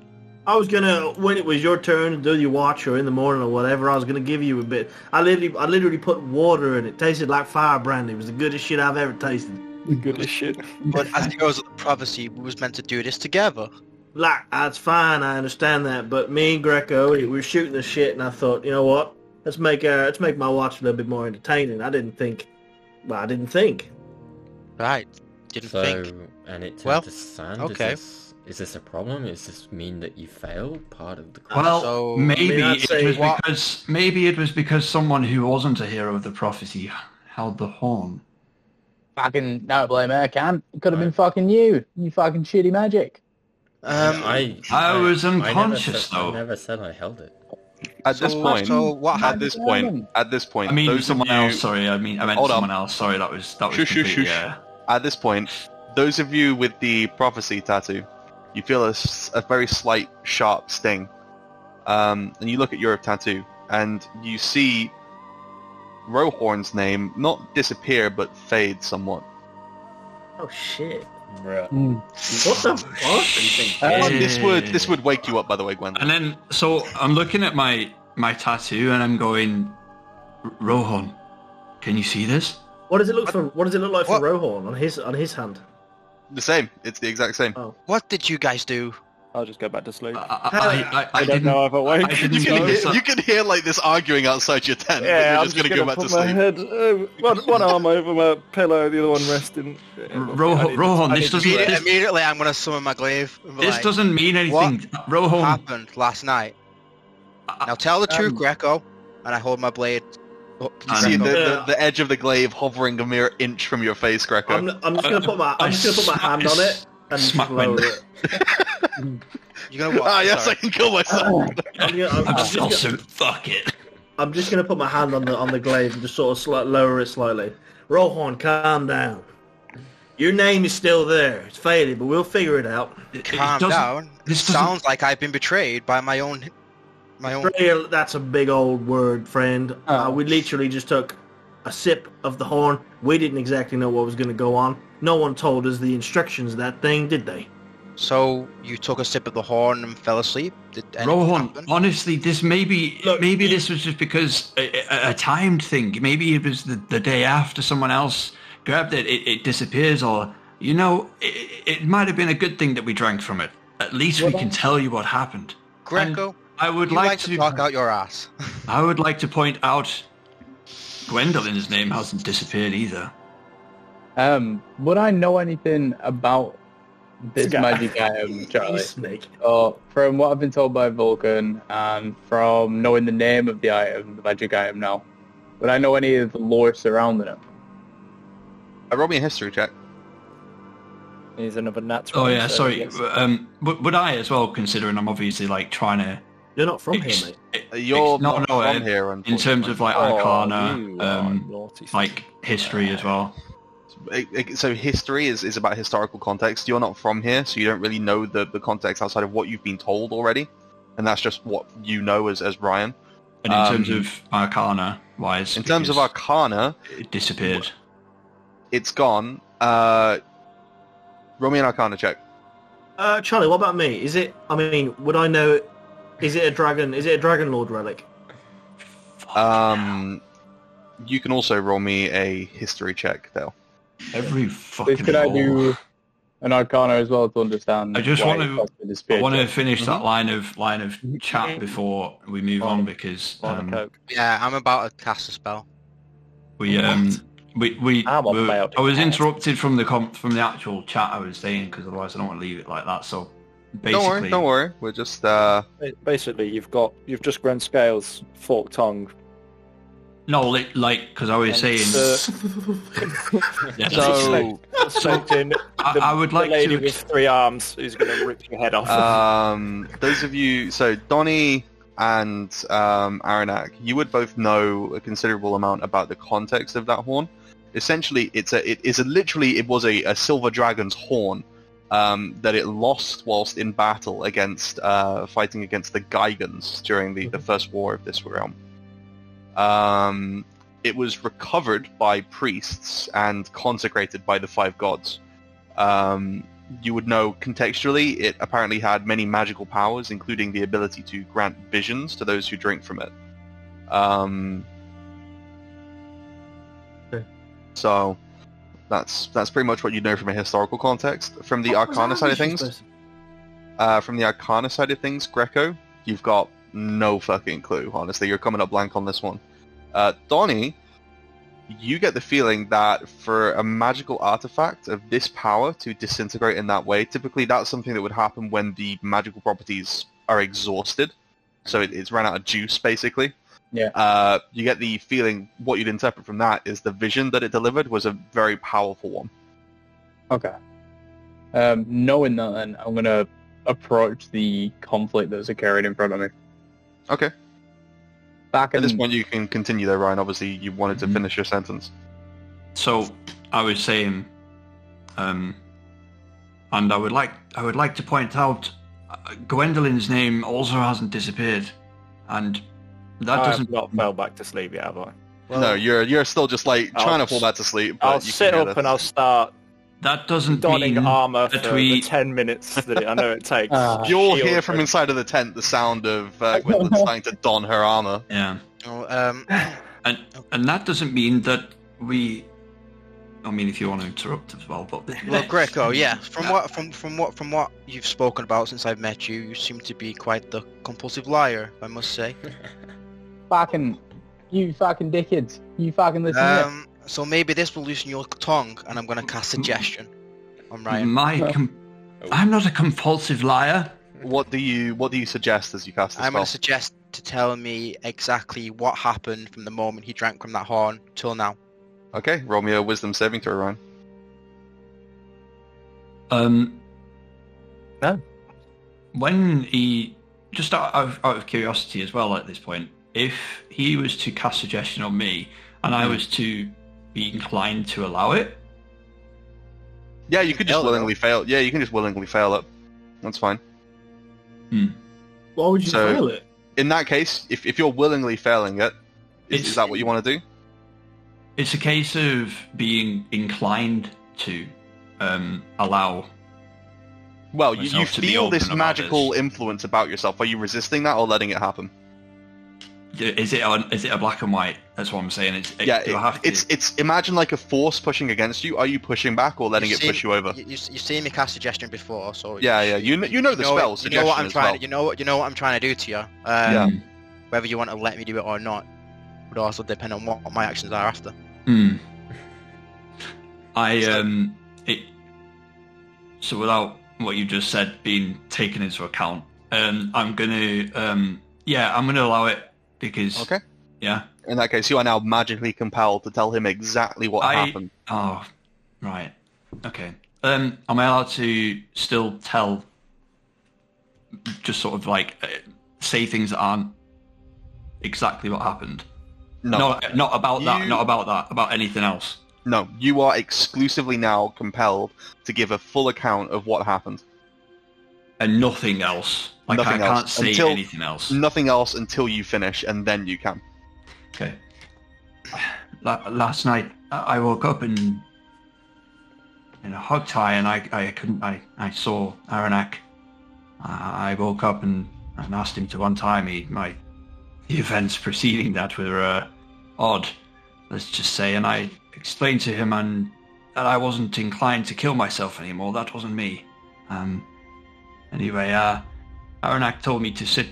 Speaker 2: I was gonna when it was your turn to do your watch or in the morning or whatever. I was gonna give you a bit. I literally, I literally put water in it. Tasted like fire brandy. It was the goodest shit I've ever tasted.
Speaker 3: Good as shit.
Speaker 6: But as it goes with the prophecy, we was meant to do this together.
Speaker 2: Like that's fine. I understand that. But me and Greco, we were shooting the shit, and I thought, you know what? Let's make uh, let's make my watch a little bit more entertaining. I didn't think. Well, I didn't think.
Speaker 6: Right. Didn't
Speaker 8: so
Speaker 6: think.
Speaker 8: and it turned
Speaker 6: Well,
Speaker 8: to sand.
Speaker 6: okay.
Speaker 8: Is this, is this a problem? Is this mean that you failed part of the course?
Speaker 4: Well,
Speaker 6: So,
Speaker 4: maybe
Speaker 2: I mean, I'd
Speaker 4: it
Speaker 2: say
Speaker 4: was
Speaker 6: what-
Speaker 4: because maybe it was because someone who wasn't a hero of the prophecy held the horn.
Speaker 5: Fucking no blame her can. It could have been fucking you. You fucking shitty magic.
Speaker 6: Um,
Speaker 8: I,
Speaker 4: I was
Speaker 8: never said-
Speaker 4: unconscious, though.
Speaker 8: I never said I held it.
Speaker 1: At this
Speaker 6: so-
Speaker 1: point,
Speaker 6: So what
Speaker 1: at
Speaker 6: happened?
Speaker 1: this point, at this point,
Speaker 4: I mean,
Speaker 1: those of
Speaker 4: someone
Speaker 1: you-
Speaker 4: else. Sorry, I mean, I meant
Speaker 1: Hold on.
Speaker 4: someone else. Sorry, that was that was
Speaker 1: Shush, shush,
Speaker 4: completely,
Speaker 1: shush.
Speaker 4: uh,
Speaker 1: At this point, those of you with the prophecy tattoo, you feel a, s- a very slight, sharp sting. Um, and you look at your tattoo, and you see Rohorn's name not disappear, but fade somewhat.
Speaker 2: Oh shit!
Speaker 5: Mm.
Speaker 2: What the fuck?
Speaker 1: Oh,
Speaker 4: yeah.
Speaker 1: this would this would wake you up, by the way, Gwen.
Speaker 4: And then, so I'm looking at my my tattoo, and I'm going, Rohan, can you see this?
Speaker 2: What does it look for? What does it look like for
Speaker 6: What?
Speaker 2: Rohorn on his on his hand?
Speaker 1: The same. It's the exact same.
Speaker 6: What did you guys do?
Speaker 3: I'll just go back to sleep.
Speaker 4: I, I, I, I,
Speaker 3: I don't
Speaker 4: didn't-
Speaker 3: know if I
Speaker 4: Uh, I
Speaker 3: won't.
Speaker 4: didn't
Speaker 1: You can,
Speaker 4: know.
Speaker 1: hear, you can hear like this arguing outside your tent. but
Speaker 3: yeah,
Speaker 1: you're
Speaker 3: I'm
Speaker 1: just, gonna, go back
Speaker 3: put
Speaker 1: to
Speaker 3: my
Speaker 1: sleep.
Speaker 3: head, uh, one, one arm over my pillow, the other one resting. Yeah, I
Speaker 4: Uh, Rohan,
Speaker 3: need-
Speaker 4: Rohan,
Speaker 3: I
Speaker 4: this
Speaker 3: need to
Speaker 4: doesn't
Speaker 3: sleep.
Speaker 4: this,
Speaker 6: Immediately, I'm gonna summon my glaive. and be
Speaker 4: this
Speaker 6: like,
Speaker 4: doesn't mean anything.
Speaker 6: What
Speaker 4: Rohan,
Speaker 6: happened last night?
Speaker 4: I-
Speaker 6: Now tell the truth,
Speaker 4: um,
Speaker 6: Greco. And I hold my blade. Oh, up to
Speaker 1: You see the,
Speaker 4: I'm-
Speaker 1: the, the edge of the glaive hovering a mere inch from your face, Greco.
Speaker 2: I'm, I'm just gonna put my I'm just gonna put my hand on it
Speaker 4: Smack
Speaker 2: and
Speaker 4: my-
Speaker 2: lower it.
Speaker 6: You're gonna what?
Speaker 1: ah, yes, I
Speaker 6: Sorry.
Speaker 1: can kill myself.
Speaker 2: I'm gonna, I'm, I'm
Speaker 4: I'm
Speaker 2: just
Speaker 4: still
Speaker 2: gonna,
Speaker 4: so fuck it.
Speaker 2: I'm just gonna put my hand on the on the glaive and just sort of sli- lower it slightly. Rohan, calm down. Your name is still there. It's faded, but we'll figure it out.
Speaker 4: It- it
Speaker 6: Calm
Speaker 4: doesn't-
Speaker 6: down.
Speaker 4: this
Speaker 6: This
Speaker 4: doesn't-
Speaker 6: sounds like I've been betrayed by my own, my own.
Speaker 2: Betrayal, that's a big old word, friend. Uh, we literally just took a sip of the horn. We didn't exactly know what was gonna go on. No one told us the instructions of that thing, did they?
Speaker 6: So you took a sip of the horn and fell asleep. Did anything
Speaker 4: Rohan,
Speaker 6: happen?
Speaker 4: honestly, this maybe
Speaker 2: Look,
Speaker 4: maybe
Speaker 2: you-
Speaker 4: this was just because a, a, a timed thing. Maybe it was the, the day after someone else grabbed it, it, it disappears, or you know, it, it might have been a good thing that we drank from it. At least we can tell you what happened.
Speaker 6: Greco,
Speaker 4: I would
Speaker 6: you
Speaker 4: like,
Speaker 6: like to talk out your ass.
Speaker 4: I would like to point out, Gwendolyn's name hasn't disappeared either.
Speaker 5: Um, would I know anything about this
Speaker 3: Guy.
Speaker 5: magic item,
Speaker 2: You
Speaker 5: Charlie?
Speaker 2: snake.
Speaker 5: So, from what I've been told by Vulcan and from knowing the name of the item, the magic item now, would I know any of the lore surrounding it?
Speaker 1: Uh, Roll me a history check.
Speaker 3: He's another natural.
Speaker 4: uh, Oh yeah, sorry. Um, would, would I as well, considering I'm obviously like trying to
Speaker 2: You're not from
Speaker 4: Ex-
Speaker 2: here, mate.
Speaker 4: ex-
Speaker 1: You're
Speaker 4: ex-
Speaker 1: not
Speaker 4: no, no,
Speaker 1: from
Speaker 4: uh,
Speaker 1: here,
Speaker 4: in terms of like
Speaker 3: Oh, you
Speaker 2: Oh,
Speaker 4: Arcana,
Speaker 3: are
Speaker 4: um,
Speaker 3: naughty son.
Speaker 4: like history as well.
Speaker 1: unfortunately. so history is, is about historical context. You're not from here, so you don't really know the, the context outside of what you've been told already, and that's just what you know as as Ryan.
Speaker 4: And in terms
Speaker 1: Um,
Speaker 4: of Arcana wise,
Speaker 1: In terms of
Speaker 4: because
Speaker 1: Arcana,
Speaker 4: it disappeared.
Speaker 1: it's gone. Uh, roll me an Arcana check.
Speaker 2: Uh, Charlie, what about me? Is it? I mean, would I know? Is it a dragon? Is it a dragon lord relic?
Speaker 4: Oh,
Speaker 1: Um, you can also roll me a history check, Dale.
Speaker 4: Every
Speaker 5: Please,
Speaker 4: fucking.
Speaker 5: could I
Speaker 4: roll.
Speaker 5: do an Arcana as well to understand?
Speaker 4: I just
Speaker 5: why
Speaker 4: want to-
Speaker 5: it caused me this
Speaker 4: I
Speaker 5: fear
Speaker 4: want to
Speaker 5: check?
Speaker 4: finish that line of line of chat before we move on because
Speaker 3: Lime and
Speaker 4: um,
Speaker 3: Coke.
Speaker 6: Yeah, I'm about to cast a spell.
Speaker 4: we um we we
Speaker 3: I'm
Speaker 4: were-
Speaker 3: about to
Speaker 4: I was
Speaker 3: cast.
Speaker 4: interrupted from the com- from the actual chat I was saying because otherwise I don't want to leave it like that. So basically,
Speaker 1: Don't worry, don't worry. We're just uh,
Speaker 3: Ba- Basically, you've got you've just grown scales, forked tongue.
Speaker 4: no, li- like because I was
Speaker 3: and,
Speaker 4: saying. yeah,
Speaker 1: uh, so.
Speaker 3: uh, soaked in.
Speaker 4: I- I would like
Speaker 3: the lady
Speaker 4: to- Uh,
Speaker 3: with three arms who's going to rip your head off.
Speaker 1: um, those of you, so Donnie and um, Aranak, you would both know a considerable amount about the context of that horn. Essentially, it's a it is a literally it was a, a silver dragon's horn um, that it lost whilst in battle against uh, fighting against the Gigans during the, the first war of this realm. Um, it was recovered by priests and consecrated by the five gods. Um, you would know contextually, it apparently had many magical powers, including the ability to grant visions to those who drink from it. Um,
Speaker 9: Okay.
Speaker 1: So that's that's pretty much what you know from a historical context. From the
Speaker 2: What was
Speaker 1: Arcana
Speaker 2: that
Speaker 1: side of
Speaker 2: ambition
Speaker 1: things,
Speaker 2: supposed to-
Speaker 1: uh, from the Arcana side of things, Greco, you've got no fucking clue. Honestly, you're coming up blank on this one. Uh, Donnie, you get the feeling that for a magical artifact of this power to disintegrate in that way, typically that's something that would happen when the magical properties are exhausted. So it, it's ran out of juice, basically.
Speaker 5: Yeah.
Speaker 1: Uh, you get the feeling what you'd interpret from that is the vision that it delivered was a very powerful one.
Speaker 5: Okay. Um, knowing that, then I'm gonna approach the conflict that's occurring in front of me.
Speaker 1: Okay.
Speaker 5: Back
Speaker 1: At
Speaker 5: in
Speaker 3: Mm.
Speaker 1: this point, you can continue there, Ryan. Obviously, you wanted to
Speaker 4: Mhm.
Speaker 1: finish your sentence.
Speaker 4: So I was saying, um, and I would like I would like to point out, uh, Gwendolyn's name also hasn't disappeared, and that
Speaker 3: I
Speaker 4: doesn't.
Speaker 3: have not fell back to sleep yet, have I?
Speaker 1: no, you're you're still just like
Speaker 3: I'll
Speaker 1: trying to
Speaker 3: s-
Speaker 1: fall back to sleep. But
Speaker 3: I'll
Speaker 1: you can
Speaker 3: sit
Speaker 1: hear
Speaker 3: up
Speaker 1: this.
Speaker 3: and I'll start
Speaker 4: That doesn't
Speaker 3: donning
Speaker 4: mean
Speaker 3: armor
Speaker 4: that
Speaker 3: for
Speaker 4: we-
Speaker 3: the ten minutes that it, I know it takes.
Speaker 5: Ah.
Speaker 1: You'll
Speaker 3: Shield
Speaker 1: hear from
Speaker 3: and-
Speaker 1: inside of the tent the sound of uh, Gwendolyn starting to don her armor.
Speaker 4: Yeah,
Speaker 6: Oh, um,
Speaker 4: and and that doesn't mean that we. I mean, if you want to interrupt as well, but
Speaker 6: well, Greco, yeah. From what from from what from what you've spoken about since I've met you, you seem to be quite the compulsive liar, I must say.
Speaker 5: fucking you, fucking dickheads! You fucking listen. here.
Speaker 6: Um, so maybe this will loosen your tongue, and I'm gonna cast suggestion. on Ryan.
Speaker 1: Mm-hmm.
Speaker 4: my, com- I'm not a compulsive liar.
Speaker 1: What do you what do you suggest as you cast the
Speaker 6: I'm
Speaker 1: spell?
Speaker 6: gonna suggest to tell me exactly what happened from the moment he drank from that horn till now.
Speaker 1: Okay, roll me a wisdom saving throw, Ryan.
Speaker 4: Um,
Speaker 3: No.
Speaker 4: When he just out of, out of curiosity as well at this point, if he was to cast suggestion on me and
Speaker 1: Hmm.
Speaker 4: I was to be inclined to allow it,
Speaker 1: Yeah, you could just
Speaker 6: Fail it,
Speaker 1: willingly fail. Yeah, you can just willingly fail it. That's fine.
Speaker 2: Why would you
Speaker 1: So-
Speaker 2: fail it?
Speaker 1: In that case, if, if you're willingly failing it, is,
Speaker 4: It's-
Speaker 1: is that what you want to do?
Speaker 4: it's a case of being inclined to um, allow.
Speaker 1: Well, you, you
Speaker 4: Myself to be
Speaker 1: feel
Speaker 4: open
Speaker 1: this
Speaker 4: about
Speaker 1: magical
Speaker 4: this.
Speaker 1: influence about yourself. Are you resisting that or letting it happen?
Speaker 4: Is it on, is it a black and white? That's what I'm saying. It's, it,
Speaker 1: yeah,
Speaker 4: do I
Speaker 1: it-
Speaker 4: have to-
Speaker 1: it's it's imagine like a force pushing against you. Are you pushing back or letting
Speaker 6: You've
Speaker 1: it push
Speaker 6: seen-
Speaker 1: you over?
Speaker 6: You, you, you've seen me cast suggestion before, so
Speaker 1: Yeah, yeah. You kn- you know the spell
Speaker 6: it- You know what
Speaker 1: suggestion
Speaker 6: I'm
Speaker 1: as
Speaker 6: trying.
Speaker 1: well.
Speaker 6: You know what you know what I'm trying to do to you. Um,
Speaker 1: Yeah.
Speaker 6: Whether you want to let me do it or not would also depend on what my actions are after.
Speaker 4: Hmm. I um it so without what you just said being taken into account, um I'm gonna um yeah, I'm gonna allow it because
Speaker 1: Okay.
Speaker 4: yeah.
Speaker 1: In that case, you are now magically compelled to tell him exactly what
Speaker 4: I-
Speaker 1: happened.
Speaker 4: Oh right. Okay. Um am I allowed to still tell just sort of like uh, say things that aren't exactly what happened.
Speaker 1: No.
Speaker 4: Not, not about that.
Speaker 1: You-
Speaker 4: Not about that. About anything else.
Speaker 1: No, you are exclusively now compelled to give a full account of what happened.
Speaker 4: And nothing else. Like
Speaker 1: Nothing
Speaker 4: I can't
Speaker 1: else.
Speaker 4: say
Speaker 1: Until-
Speaker 4: anything else.
Speaker 1: Nothing else until you finish, and then you can.
Speaker 4: Okay. La- last night I I woke up in in a hog tie and I, I couldn't I, I saw Aranak. I I woke up and, and asked him to untie me. My the events preceding that were uh, odd, let's just say. And I explained to him and that I wasn't inclined to kill myself anymore. That wasn't me. Um. Anyway, uh, Aranak told me to sit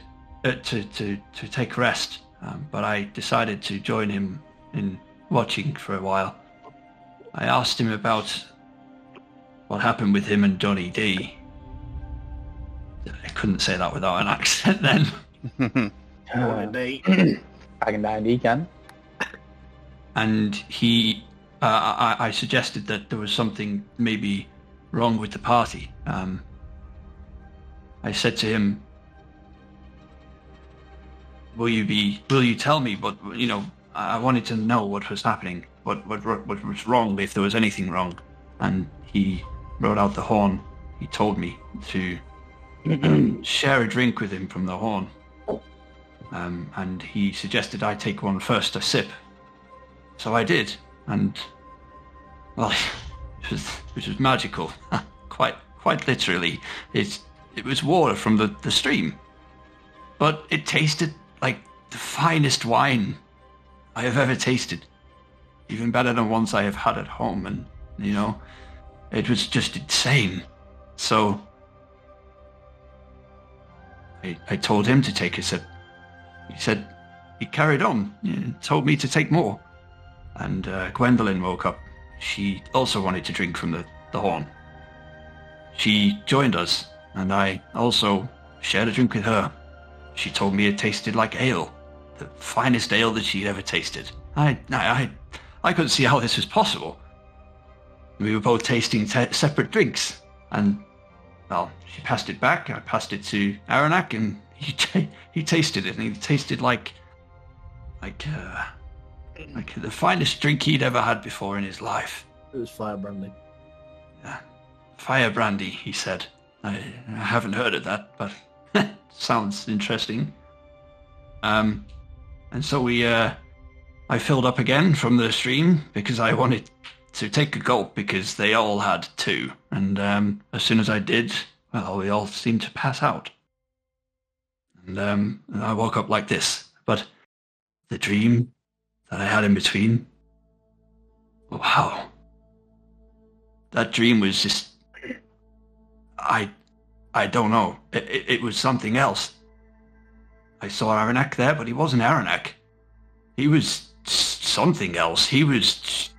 Speaker 4: uh, to, to, to take rest, um, but I decided to join him in watching for a while. I asked him about what happened with him and Donny D. I couldn't say that without an accent then.
Speaker 1: Uh,
Speaker 2: What a date.
Speaker 5: I can die, can.
Speaker 4: And he, uh, I, I suggested that there was something maybe wrong with the party. Um, I said to him, "Will you be? Will you tell me? But you know, I I wanted to know what was happening, what what what was wrong, if there was anything wrong." And he rode out the horn. He told me to um, share a drink with him from the horn. Um, and he suggested I take one first, a sip. So I did, and well, it was it was magical, quite quite literally. It's it was water from the, the stream, but it tasted like the finest wine I have ever tasted, even better than ones I have had at home. And you know, it was just insane. So I I told him to take a sip. He said he carried on, and told me to take more and uh, Gwendolyn woke up. She also wanted to drink from the, the horn. She joined us, and I also shared a drink with her. She told me it tasted like ale, the finest ale that she'd ever tasted. I, I, I, I couldn't see how this was possible. We were both tasting te- separate drinks, and well, she passed it back. I passed it to Aranak, and he ta he tasted it, and he tasted like like uh, like the finest drink he'd ever had before in his life.
Speaker 2: It was fire branding.
Speaker 4: Fire brandy, he said. I, I haven't heard of that, but sounds interesting. Um, and so we, uh, I filled up again from the stream because I wanted to take a gulp because they all had two. And um, as soon as I did, well, we all seemed to pass out. And um, I woke up like this. But the dream that I had in between, wow, that dream was just i i don't know it, it, it was something else i saw aranak there but he wasn't aranak he was s- something else he was s-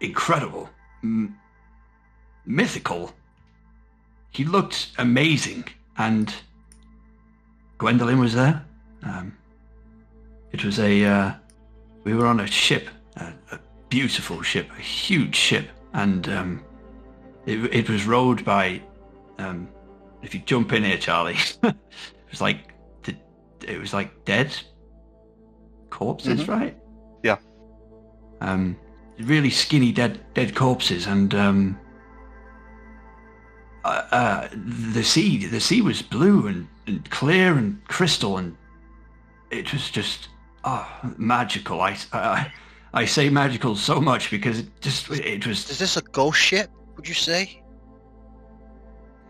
Speaker 4: incredible M- mythical he looked amazing and gwendolyn was there um, it was a uh, we were on a ship a, a beautiful ship a huge ship and um, it, it was rowed by um, if you jump in here charlie it was like the, it was like dead corpses right
Speaker 1: Yeah.
Speaker 4: um, really skinny dead dead corpses and um, uh, uh, the sea the sea was blue and, and clear and crystal and it was just oh, magical I, I I say magical so much because it just it was
Speaker 7: Is this a ghost ship? Would you say?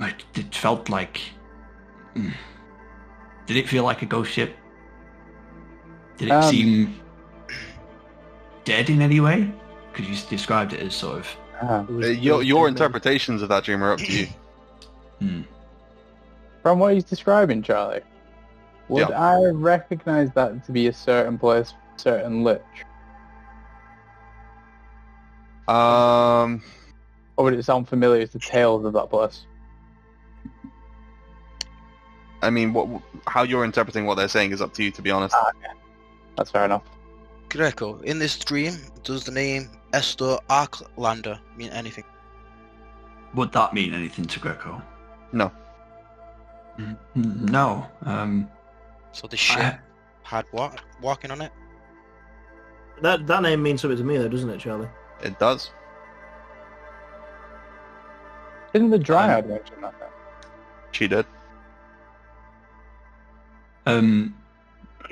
Speaker 4: It, it felt like. Mm. Did it feel like a ghost ship? Did it
Speaker 5: Um,
Speaker 4: seem dead in any way? Because you s- described it as sort of.
Speaker 2: It was-
Speaker 1: Uh,
Speaker 2: it
Speaker 1: Your your
Speaker 2: was too many.
Speaker 1: interpretations of that dream are up to you.
Speaker 5: From what he's describing, Charlie, would
Speaker 1: Yeah.
Speaker 5: I recognize that to be a certain place, certain lich,
Speaker 1: Um,
Speaker 5: or would it sound familiar to tales of that place?
Speaker 1: I mean, what how you're interpreting what they're saying is up to you. To be honest,
Speaker 4: Uh,
Speaker 5: That's fair enough.
Speaker 6: Greco, in this dream, does the name Esther Arklander mean anything?
Speaker 4: Would that mean anything to Greco?
Speaker 1: No.
Speaker 4: Mm, No. Um,
Speaker 6: So the ship
Speaker 4: I-
Speaker 6: had what walking on it?
Speaker 2: That that name means something to me, though, doesn't it, Charlie?
Speaker 1: It does.
Speaker 5: Isn't the dryad
Speaker 6: Um,
Speaker 5: mentioned that?
Speaker 1: She did.
Speaker 4: Um,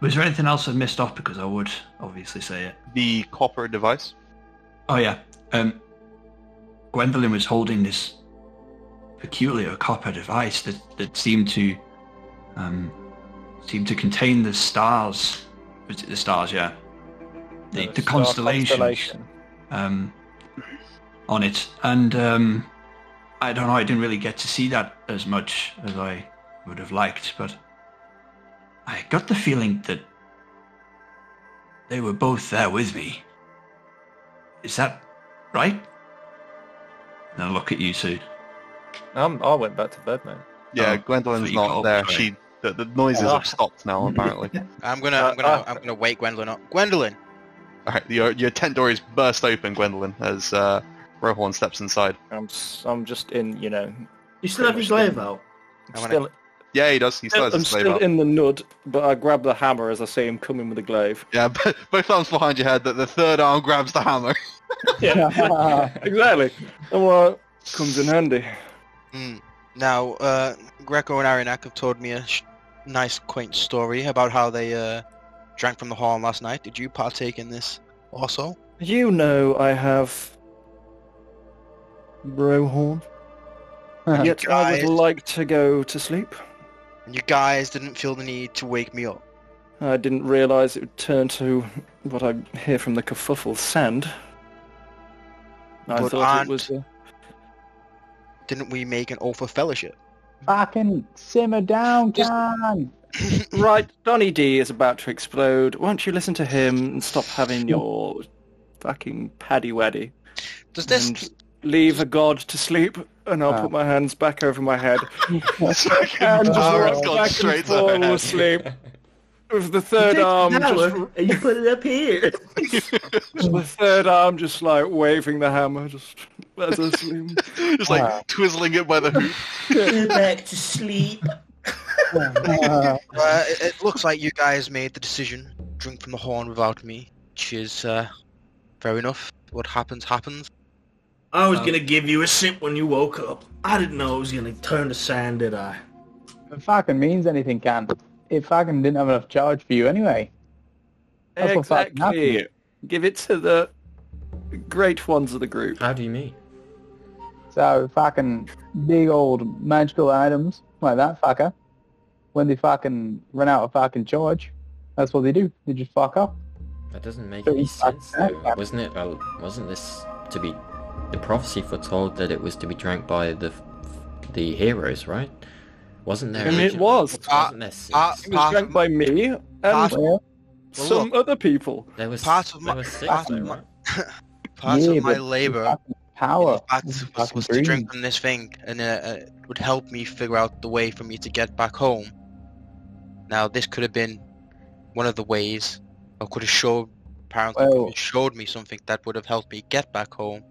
Speaker 4: was there anything else I've missed off? Because I would obviously say it.
Speaker 1: The copper device.
Speaker 4: Oh yeah. Um, Gwendolyn was holding this peculiar copper device that, that seemed to um, seemed to contain the stars. Was it the stars? Yeah. The, the
Speaker 3: Uh, star
Speaker 4: constellations um, on it, and um, I don't know. I didn't really get to see that as much as I would have liked, but I got the feeling that they were both there with me. Is that right? And I look at you two.
Speaker 3: Um, I went back to bed, mate.
Speaker 1: Yeah,
Speaker 4: Oh,
Speaker 1: Gwendolyn's
Speaker 4: so you got
Speaker 1: not
Speaker 4: up,
Speaker 1: there.
Speaker 4: sorry.
Speaker 1: She the, the noises have stopped now apparently.
Speaker 6: I'm gonna,
Speaker 3: Uh,
Speaker 6: I'm gonna,
Speaker 3: uh.
Speaker 6: I'm gonna wake Gwendolyn up. Gwendolyn,
Speaker 1: All right, your your tent door is burst open, Gwendolyn, as uh, Rohan steps inside.
Speaker 3: I'm, s- I'm just in, you know,
Speaker 2: You still have your
Speaker 3: Pretty much
Speaker 2: glaive out.
Speaker 6: I wanna-
Speaker 3: still,
Speaker 1: Yeah, he does. He still has
Speaker 3: I'm
Speaker 1: his slave
Speaker 3: still
Speaker 1: up.
Speaker 3: in the nud, but I grab the hammer as I see him coming with the glaive.
Speaker 1: Yeah, b- both arms behind your head. That the third arm grabs the hammer.
Speaker 3: Yeah, exactly. And what comes in handy?
Speaker 6: Mm. Now, uh, Greco and Arinak have told me a sh- nice, quaint story about how they uh, drank from the horn last night. Did you partake in this also?
Speaker 3: You know I have Rohorn. Yet I
Speaker 6: Guys.
Speaker 3: would like to go to sleep.
Speaker 6: And you guys didn't feel the need to wake me up.
Speaker 3: I didn't realise it would turn to what I hear from the kerfuffle sand. I
Speaker 6: But
Speaker 3: thought
Speaker 6: aren't-
Speaker 3: it was a...
Speaker 6: Didn't we make an oath of fellowship?
Speaker 5: Fucking simmer down,
Speaker 6: Just-
Speaker 5: can.
Speaker 3: right. Donny D is about to explode. Won't you listen to him and stop having your fucking paddy waddy
Speaker 6: Does this?
Speaker 3: and leave a god to sleep? And I'll put my hands back over my head and just
Speaker 1: Power
Speaker 3: rock
Speaker 1: has gone
Speaker 3: back
Speaker 1: straight
Speaker 3: and
Speaker 1: to her
Speaker 3: fall asleep. With the third
Speaker 2: Take
Speaker 3: arm,
Speaker 2: that
Speaker 3: just,
Speaker 2: one and you put it up here.
Speaker 3: the third arm, just like waving the hammer, just as I sleep.
Speaker 1: Just like twizzling it by the hoop.
Speaker 2: Go back to sleep.
Speaker 6: Uh, it, it looks like you guys made the decision. Drink from the horn without me, which is uh, fair enough. What happens happens.
Speaker 2: I was gonna give you a sip when you woke up. I didn't know it was gonna turn to sand, did I?
Speaker 5: It fucking means anything, can. It fucking didn't have enough charge for you anyway. That's what fucking
Speaker 3: Exactly.
Speaker 5: happened.
Speaker 3: Give it to the great ones of the group.
Speaker 8: How do you meet?
Speaker 5: So fucking big old magical items like that fucker. When they fucking run out of fucking charge, that's what they do. They just fuck up.
Speaker 8: That doesn't make
Speaker 5: So
Speaker 8: any
Speaker 5: he's back
Speaker 8: sense.
Speaker 5: there.
Speaker 8: Though. Wasn't it? Well, wasn't this to be? The prophecy foretold that it was to be drank by the the heroes, right? Wasn't there?
Speaker 3: And it
Speaker 8: originally-
Speaker 3: was.
Speaker 8: Wasn't there six?
Speaker 6: Ah,
Speaker 3: It was drank by me and
Speaker 6: Half-
Speaker 5: Well,
Speaker 6: Well,
Speaker 3: some other people.
Speaker 8: there was
Speaker 6: part of my-
Speaker 8: There was six,
Speaker 6: part of
Speaker 8: though,
Speaker 6: my-
Speaker 8: right?
Speaker 6: Part
Speaker 5: yeah,
Speaker 6: of my
Speaker 5: but
Speaker 6: labour
Speaker 5: fucking Power.
Speaker 6: In fact, was, was to drink from this thing, and uh, uh, it would help me figure out the way for me to get back home. Now, this could have been one of the ways, or could have showed, apparently, could
Speaker 5: Well-
Speaker 6: have showed me something that would have helped me get back home.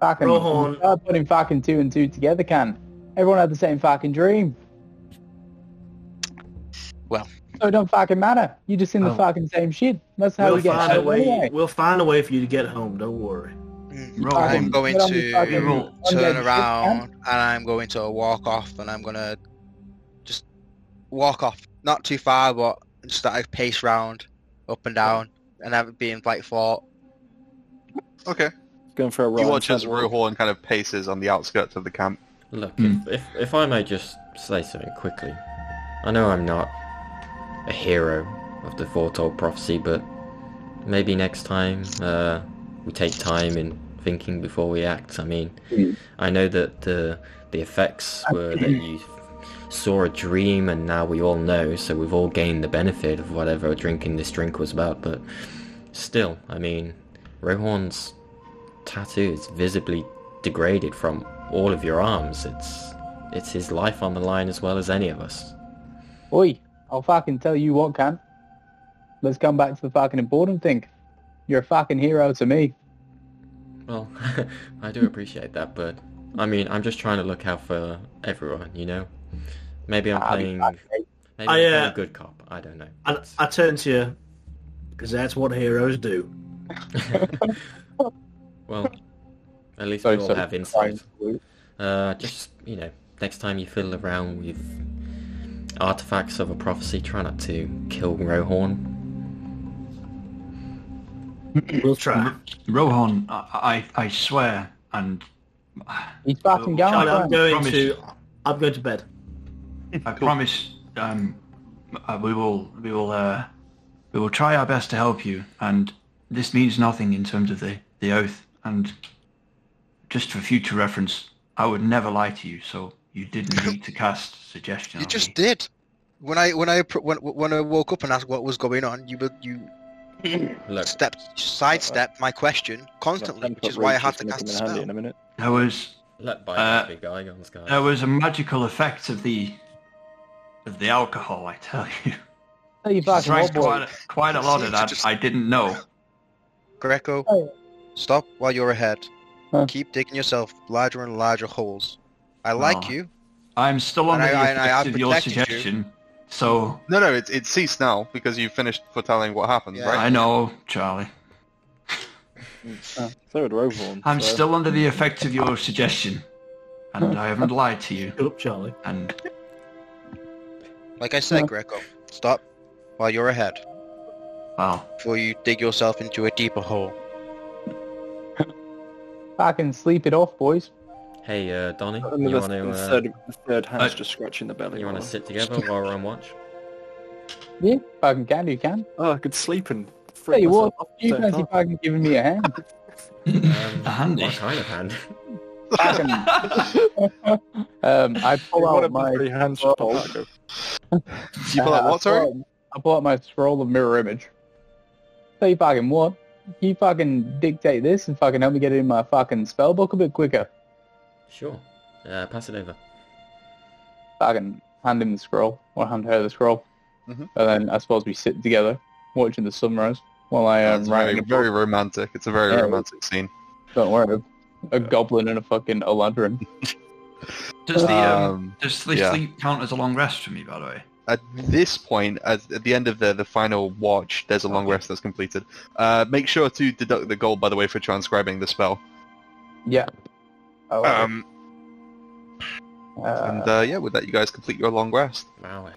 Speaker 5: Fucking
Speaker 2: Rohan.
Speaker 5: start putting fucking two and two together, can. Everyone had the same fucking dream.
Speaker 6: Well.
Speaker 5: So it don't fucking matter. You just in the
Speaker 4: Oh.
Speaker 5: fucking same shit. That's how
Speaker 2: We'll
Speaker 5: we get
Speaker 2: find
Speaker 5: out
Speaker 2: a
Speaker 5: of it
Speaker 2: way.
Speaker 5: anyway.
Speaker 2: We'll find a way for you to get home. Don't worry.
Speaker 4: Roll
Speaker 5: Fucking-
Speaker 6: I'm
Speaker 4: on.
Speaker 6: going
Speaker 5: get on
Speaker 6: to
Speaker 5: the fucking-
Speaker 4: roll,
Speaker 5: on
Speaker 6: turn
Speaker 5: that shit,
Speaker 6: around,
Speaker 5: can.
Speaker 6: and I'm going to walk off, and I'm gonna just walk off, not too far, but just like pace round, up and down, and have it be in flight four.
Speaker 1: Okay.
Speaker 3: Going for a ride.
Speaker 1: You watch as Rohan kind of paces on the outskirts of the camp.
Speaker 8: Look,
Speaker 4: Hmm.
Speaker 8: if, if if I may just say something quickly, I know I'm not a hero of the foretold prophecy, but maybe next time uh, we take time in thinking before we act. I mean, I know that the the effects were that you saw a dream, and now we all know, so we've all gained the benefit of whatever drinking this drink was about. But still, I mean, Rohan's tattoo is visibly degraded from all of your arms. It's it's his life on the line as well as any of us.
Speaker 5: Oi, I'll fucking tell you what, can. Let's come back to the fucking important thing. You're a fucking hero to me.
Speaker 8: Well, I do appreciate that, but I mean, I'm just trying to look out for everyone, you know. Maybe I'm playing. Maybe
Speaker 2: I,
Speaker 8: I'm playing
Speaker 2: uh,
Speaker 8: good cop. I don't know.
Speaker 2: I, I turn to you because that's what heroes do.
Speaker 8: Well, at least
Speaker 9: Sorry,
Speaker 8: we all
Speaker 9: sorry.
Speaker 8: have insight. Uh, just you know, next time you fiddle around with artifacts of a prophecy, try not to kill Rohorn.
Speaker 2: We'll try.
Speaker 4: Rohan, I, I, I swear, and
Speaker 5: He's back in
Speaker 2: And I'm
Speaker 5: Gallagher.
Speaker 2: going
Speaker 4: Promise.
Speaker 2: to. I'm going to bed.
Speaker 4: I promise um, uh, we will we will uh, we will try our best to help you. And this means nothing in terms of the, the oath. And just for future reference, I would never lie to you. So you didn't need to cast suggestion.
Speaker 7: You
Speaker 4: on
Speaker 7: just
Speaker 4: me.
Speaker 7: did. When I when I appro- when, when I woke up and asked what was going on, you were- you
Speaker 8: Look,
Speaker 7: stepped sidestepped my question constantly, which is why I had to cast a spell.
Speaker 3: In a minute.
Speaker 4: there was
Speaker 8: let by
Speaker 4: Uh,
Speaker 8: be bygones, guys.
Speaker 4: there was a magical effect of the of the alcohol. I tell you,
Speaker 5: He's
Speaker 4: I
Speaker 5: back in
Speaker 4: drank quite
Speaker 5: Hobart.
Speaker 4: a, quite a lot of that. I didn't know.
Speaker 7: Greco,
Speaker 5: Oh.
Speaker 7: stop while you're ahead.
Speaker 5: Huh.
Speaker 7: Keep digging yourself larger and larger holes. I like
Speaker 4: Aw.
Speaker 7: you.
Speaker 4: I'm still on
Speaker 7: And
Speaker 4: the
Speaker 7: I- I- and I-
Speaker 4: effect
Speaker 7: I
Speaker 4: of your
Speaker 7: protected you.
Speaker 4: suggestion. So
Speaker 1: No, no, it's it's ceased now because you finished foretelling what happened,
Speaker 7: Yeah.
Speaker 1: right?
Speaker 4: I know, Charlie.
Speaker 3: So had Rohorn.
Speaker 4: I'm
Speaker 3: so-
Speaker 4: still under the effect of your suggestion, and I haven't lied to you.
Speaker 2: Shut up, Charlie.
Speaker 4: And
Speaker 7: Like I said, Greco, stop while you're ahead
Speaker 4: well,
Speaker 7: before you dig yourself into a deeper hole.
Speaker 5: I can sleep it off, boys.
Speaker 8: hey, uh, Donnie,
Speaker 3: I
Speaker 8: you
Speaker 3: remember
Speaker 8: want to
Speaker 3: the
Speaker 8: uh,
Speaker 3: third, the third hand's just scratching the belly.
Speaker 8: you want to
Speaker 3: while-
Speaker 8: sit together while we're on watch?
Speaker 5: Yeah, if I can, you can.
Speaker 3: Oh, I could sleep and free
Speaker 5: Tell you what,
Speaker 3: myself up.
Speaker 5: you
Speaker 3: at the
Speaker 5: fancy
Speaker 3: same time.
Speaker 5: fucking giving me a hand?
Speaker 8: Um,
Speaker 4: handy.
Speaker 8: what kind of hand?
Speaker 5: um, I pull
Speaker 3: One
Speaker 5: out
Speaker 3: of my
Speaker 5: my
Speaker 3: three hands
Speaker 5: well,
Speaker 3: full.
Speaker 1: You pull out
Speaker 5: I
Speaker 1: what, sorry?
Speaker 5: pull out- I pull out my scroll of mirror image. Tell you fucking what, you fucking dictate this and fucking help me get it in my fucking spell book a bit quicker.
Speaker 8: Sure. Uh, pass it over.
Speaker 5: Fucking hand him the scroll or hand her the scroll,
Speaker 1: Mhm.
Speaker 5: and then I suppose we sit together watching the sunrise while I am
Speaker 1: it's
Speaker 5: writing
Speaker 1: very,
Speaker 5: a
Speaker 1: very romantic. It's a very
Speaker 5: Yeah.
Speaker 1: romantic scene.
Speaker 5: book. Don't worry, a goblin and a fucking a lantern.
Speaker 4: does the um,
Speaker 1: Um,
Speaker 4: does the
Speaker 1: yeah.
Speaker 4: sleep count as a long rest for me? By the way,
Speaker 1: at this point, at, at the end of the, the final watch, there's a long rest that's completed. Uh, make sure to deduct the gold, by the way, for transcribing the spell.
Speaker 5: Yeah. I like it.
Speaker 1: Um,
Speaker 5: Uh,
Speaker 1: uh, and uh, yeah, with that, you guys complete your long rest.
Speaker 8: Wow.